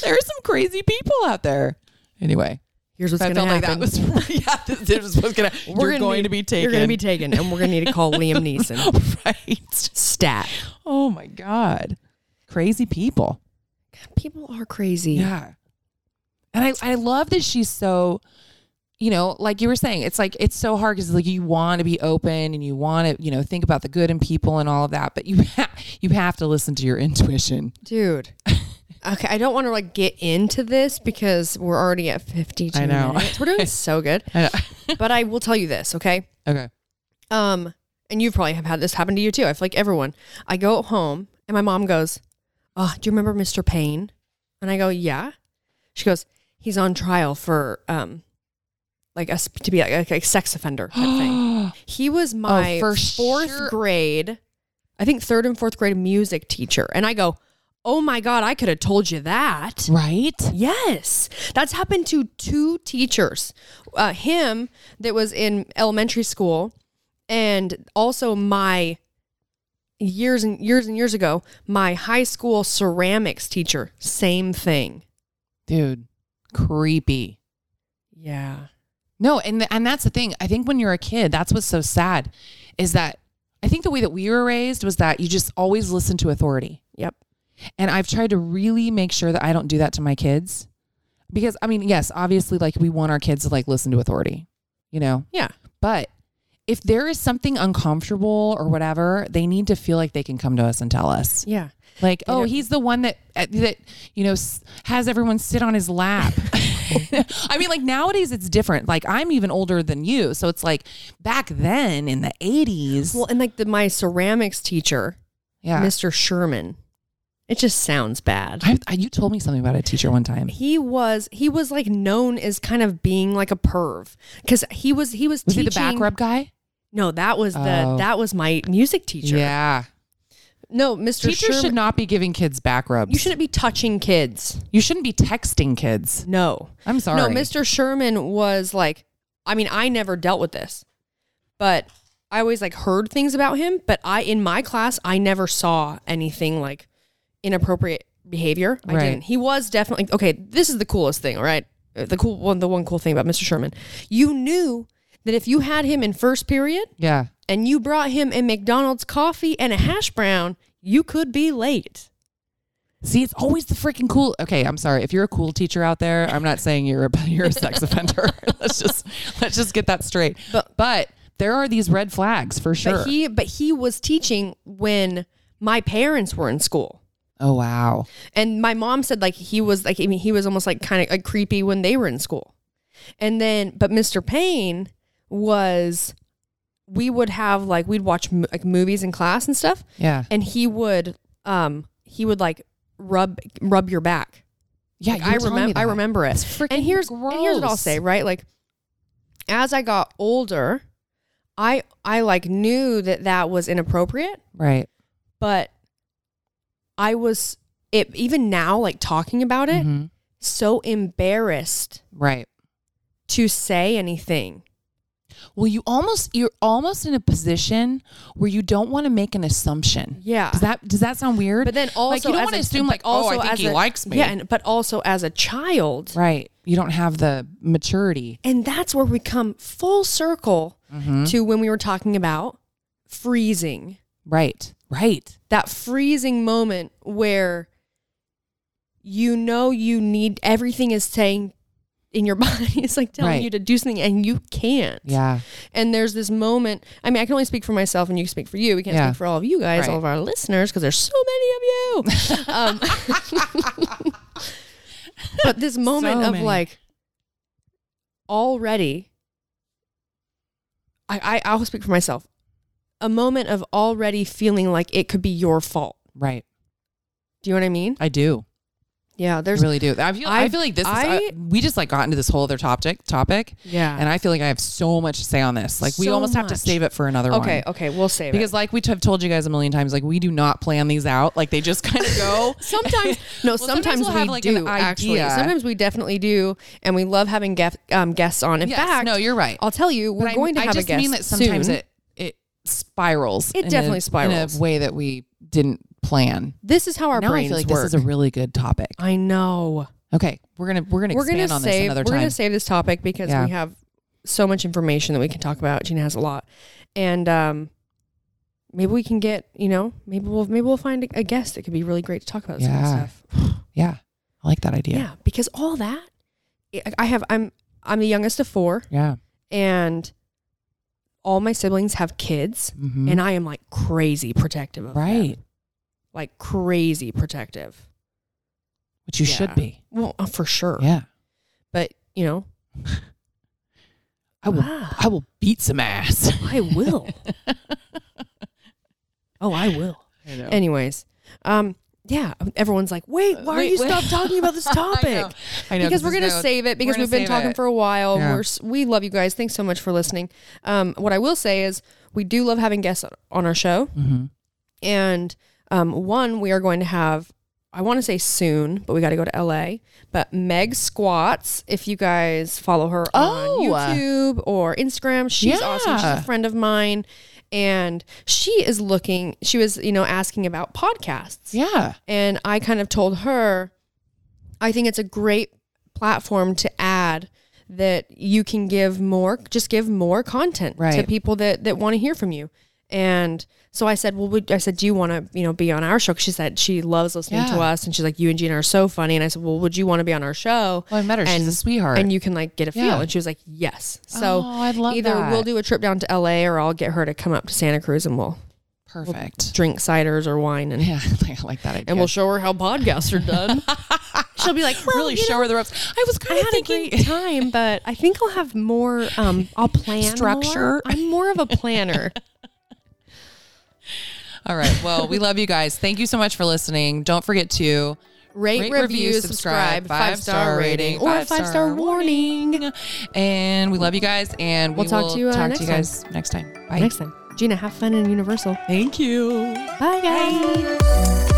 Speaker 2: there are some crazy people out there. Anyway,
Speaker 3: Here's what's
Speaker 2: I
Speaker 3: going to
Speaker 2: felt like
Speaker 3: happen.
Speaker 2: that was yeah. This, it was what's gonna.
Speaker 3: We're
Speaker 2: you're
Speaker 3: gonna
Speaker 2: going
Speaker 3: need-
Speaker 2: to be taken.
Speaker 3: You're going to be taken. And we're going to need to call Liam Neeson.
Speaker 2: right.
Speaker 3: Stat.
Speaker 2: Oh my god, crazy people.
Speaker 3: People are crazy.
Speaker 2: Yeah. And I, I love that she's so, you know, like you were saying, it's like, it's so hard because like you want to be open and you want to, you know, think about the good in people and all of that, but you, ha- you have to listen to your intuition.
Speaker 3: Dude. Okay, I don't want to like get into this because we're already at 52
Speaker 2: I know.
Speaker 3: minutes. We're doing so good. But I will tell you this, okay?
Speaker 2: okay.
Speaker 3: Um, and you probably have had this happen to you too. I feel like everyone. I go home and my mom goes, "Oh, do you remember Mr. Payne?" And I go, "Yeah." She goes, "He's on trial for um, like us to be like a, a sex offender type thing." He was my
Speaker 2: Oh, for
Speaker 3: fourth
Speaker 2: sure.
Speaker 3: grade, I think third and fourth grade music teacher, and I go, "Oh my god, I could have told you that."
Speaker 2: Right?
Speaker 3: Yes, that's happened to two teachers. Uh, him that was in elementary school, and also my years and years and years ago, my high school ceramics teacher. Same thing.
Speaker 2: Dude, creepy.
Speaker 3: Yeah.
Speaker 2: No, and th- and that's the thing. I think when you're a kid, that's what's so sad is that I think the way that we were raised was that you just always listen to authority.
Speaker 3: Yep.
Speaker 2: And I've tried to really make sure that I don't do that to my kids. Because I mean, yes, obviously like we want our kids to like listen to authority, you know.
Speaker 3: Yeah.
Speaker 2: But if there is something uncomfortable or whatever, they need to feel like they can come to us and tell us.
Speaker 3: Yeah.
Speaker 2: Like, oh,
Speaker 3: don't-
Speaker 2: he's the one that uh, that you know s- has everyone sit on his lap. I mean, like nowadays it's different. Like I'm even older than you, so it's like back then in the '80s.
Speaker 3: Well, and like the, my ceramics teacher,
Speaker 2: yeah,
Speaker 3: Mr. Sherman. It just sounds bad.
Speaker 2: I, I, you told me something about a teacher one time.
Speaker 3: he was he was like known as kind of being like a perv because he was he was,
Speaker 2: Was he
Speaker 3: teaching
Speaker 2: the back rub guy?
Speaker 3: No, that was the
Speaker 2: Oh.
Speaker 3: that was my music teacher.
Speaker 2: Yeah,
Speaker 3: No, Mr.
Speaker 2: teachers
Speaker 3: Sherman-
Speaker 2: should not be giving kids back rubs.
Speaker 3: You shouldn't be touching kids.
Speaker 2: You shouldn't be texting kids.
Speaker 3: No.
Speaker 2: I'm sorry.
Speaker 3: No, Mr. Sherman was like I mean, I never dealt with this. But I always like heard things about him, but I in my class I never saw anything like inappropriate behavior. I
Speaker 2: Right.
Speaker 3: didn't. He was definitely okay, this is the coolest thing, all right? Uh, The cool one the one cool thing about Mr. Sherman. You knew that if you had him in first period,
Speaker 2: Yeah.
Speaker 3: and you brought him a McDonald's coffee and a hash brown, you could be late.
Speaker 2: See, it's always the freaking cool. Okay, I'm sorry. If you're a cool teacher out there, I'm not saying you're a you're a sex offender. let's just let's just get that straight. But but there are these red flags for sure.
Speaker 3: But he but he was teaching when my parents were in school.
Speaker 2: oh wow.
Speaker 3: And my mom said like he was like I mean he was almost like kind of like creepy when they were in school. And then but Mr. Payne was we would have like we'd watch mo- like movies in class and stuff
Speaker 2: Yeah.
Speaker 3: and he would um he would like rub rub your back.
Speaker 2: Yeah.
Speaker 3: Like,
Speaker 2: you were
Speaker 3: I
Speaker 2: telling me
Speaker 3: remember. I
Speaker 2: that.
Speaker 3: remember it.
Speaker 2: It's freaking
Speaker 3: and here's and here's what I'll
Speaker 2: gross.
Speaker 3: say. Right, like as I got older, I I like knew that that was inappropriate,
Speaker 2: Right.
Speaker 3: but I was it even now like talking about it
Speaker 2: Mhm.
Speaker 3: so embarrassed
Speaker 2: Right.
Speaker 3: to say anything.
Speaker 2: Well, you almost you're almost in a position where you don't want to make an assumption.
Speaker 3: Yeah.
Speaker 2: Does that does that sound weird?
Speaker 3: But then also,
Speaker 2: like, you don't
Speaker 3: as
Speaker 2: want
Speaker 3: a-
Speaker 2: to assume
Speaker 3: but
Speaker 2: like oh I
Speaker 3: also
Speaker 2: think
Speaker 3: as
Speaker 2: he
Speaker 3: a-
Speaker 2: likes me.
Speaker 3: Yeah, and, but also as a child,
Speaker 2: right. You don't have the maturity.
Speaker 3: And that's where we come
Speaker 2: Mm-hmm.
Speaker 3: full circle to when we were talking about freezing,
Speaker 2: Right. Right.
Speaker 3: that freezing moment where you know you need everything is saying in your body it's like telling
Speaker 2: Right.
Speaker 3: you to do something and you can't
Speaker 2: Yeah.
Speaker 3: and there's this moment i mean i can only speak for myself and you can speak for you we can't
Speaker 2: Yeah.
Speaker 3: speak for all of you guys all
Speaker 2: Right.
Speaker 3: of our listeners because there's so many of you um, but this moment
Speaker 2: So
Speaker 3: of
Speaker 2: many.
Speaker 3: like already I, I i'll speak for myself a moment of already feeling like it could be your fault
Speaker 2: Right.
Speaker 3: do you know what i mean
Speaker 2: I do.
Speaker 3: yeah
Speaker 2: I
Speaker 3: there's
Speaker 2: really do. I feel. I,
Speaker 3: I-
Speaker 2: feel like this. is,
Speaker 3: I-
Speaker 2: uh, we just like got into this whole other topic. Topic.
Speaker 3: yeah
Speaker 2: And I feel like I have so much to say on this. Like we
Speaker 3: So
Speaker 2: almost have to
Speaker 3: much.
Speaker 2: save it for another one.
Speaker 3: okay okay we'll save
Speaker 2: Because like we t- have told you guys a million times, like we do not plan these out. Like they just kind of go.
Speaker 3: Sometimes no,
Speaker 2: Well,
Speaker 3: sometimes,
Speaker 2: we'll
Speaker 3: we
Speaker 2: have, like, an
Speaker 3: do actually.
Speaker 2: idea.
Speaker 3: Sometimes we definitely do, and we love having guest, um, guests on. In
Speaker 2: Yes,
Speaker 3: fact,
Speaker 2: no, you're right.
Speaker 3: I'll tell you, we're
Speaker 2: But I-
Speaker 3: going to
Speaker 2: I
Speaker 3: have
Speaker 2: just
Speaker 3: a guest
Speaker 2: mean that sometimes
Speaker 3: soon.
Speaker 2: it it spirals.
Speaker 3: It
Speaker 2: in a-
Speaker 3: definitely
Speaker 2: in
Speaker 3: spirals.
Speaker 2: a way that we didn't plan.
Speaker 3: This is how our
Speaker 2: now I
Speaker 3: brains
Speaker 2: feel like
Speaker 3: work.
Speaker 2: this is a really good topic.
Speaker 3: I know.
Speaker 2: Okay, we're gonna we're gonna
Speaker 3: We're
Speaker 2: expand
Speaker 3: gonna
Speaker 2: on this
Speaker 3: save.
Speaker 2: another
Speaker 3: We're
Speaker 2: time.
Speaker 3: gonna save this topic because
Speaker 2: Yeah.
Speaker 3: we have so much information that we can talk about. Gina has a lot, and um, maybe we can get you know maybe we'll maybe we'll find a, a guest that could be really great to talk about this kind of
Speaker 2: Yeah.
Speaker 3: stuff.
Speaker 2: yeah, I like that
Speaker 3: Yeah.
Speaker 2: idea.
Speaker 3: because all that I- I have. I'm I'm the youngest of four.
Speaker 2: Yeah,
Speaker 3: and all my siblings have kids
Speaker 2: Mhm.
Speaker 3: and i am like crazy protective of them.
Speaker 2: right.
Speaker 3: like crazy protective
Speaker 2: Which you
Speaker 3: Yeah.
Speaker 2: should be.
Speaker 3: well uh, for sure
Speaker 2: Yeah,
Speaker 3: but you know
Speaker 2: I will.
Speaker 3: Ah.
Speaker 2: I will beat some ass.
Speaker 3: i will oh i will
Speaker 2: I know. Uh,
Speaker 3: anyways um yeah everyone's like wait why are
Speaker 2: Wait,
Speaker 3: you
Speaker 2: wait.
Speaker 3: stop talking about this
Speaker 2: I know.
Speaker 3: topic
Speaker 2: I know,
Speaker 3: because we're
Speaker 2: it's
Speaker 3: gonna
Speaker 2: no-
Speaker 3: save it because
Speaker 2: gonna
Speaker 3: we've been
Speaker 2: save
Speaker 3: talking
Speaker 2: it.
Speaker 3: for a while.
Speaker 2: Yeah.
Speaker 3: We're s- we love you guys. Thanks so much for listening. Um, what I will say is we do love having guests on- on our show,
Speaker 2: Mhm.
Speaker 3: and um, one we are going to have. I want to say soon, but we got to go to LA. But Meg Squats, if you guys follow her
Speaker 2: Oh.
Speaker 3: on YouTube or Instagram, she's awesome. She's
Speaker 2: Yeah.
Speaker 3: a friend of mine, and she is looking. She was, you know, asking about podcasts.
Speaker 2: Yeah.
Speaker 3: And I kind of told her, I think it's a great platform to add that you can give more, just give more content to
Speaker 2: Right.
Speaker 3: people that that want to hear from you. And so I said, well, would, I said, do you want to, you know, be on our show? 'Cause she said she loves listening to
Speaker 2: Yeah.
Speaker 3: us, and she's like, you and Gina are so funny. And I said, well, would you want to be on our show?
Speaker 2: Well, I met her. She's
Speaker 3: And-
Speaker 2: a sweetheart.
Speaker 3: And you can like get a feel.
Speaker 2: Yeah.
Speaker 3: And she was like, yes. So
Speaker 2: Oh, I'd love
Speaker 3: either
Speaker 2: that.
Speaker 3: we'll do a trip down to LA, or I'll get her to come up to Santa Cruz, and we'll
Speaker 2: perfect.
Speaker 3: drink ciders or wine and
Speaker 2: Yeah, I like that idea.
Speaker 3: and we'll show her how podcasts are done. She'll be like, well,
Speaker 2: really show her the ropes. I was
Speaker 3: I
Speaker 2: kind of
Speaker 3: had a
Speaker 2: thinking
Speaker 3: great time, but I think I'll have more. Um, I'll plan more.
Speaker 2: Structure.
Speaker 3: I'm more of a planner.
Speaker 2: All right. Well, we love you guys. Thank you so much for listening. Don't forget to
Speaker 3: Rate, review, subscribe, five star rating, or a
Speaker 2: five-star
Speaker 3: five star warning.
Speaker 2: And we love you guys. And
Speaker 3: We'll
Speaker 2: we
Speaker 3: talk
Speaker 2: will
Speaker 3: to you, uh,
Speaker 2: talk
Speaker 3: next
Speaker 2: to you
Speaker 3: time.
Speaker 2: guys next time. Bye.
Speaker 3: Next time, Gina, have fun in Universal.
Speaker 2: Thank you.
Speaker 3: Bye, guys.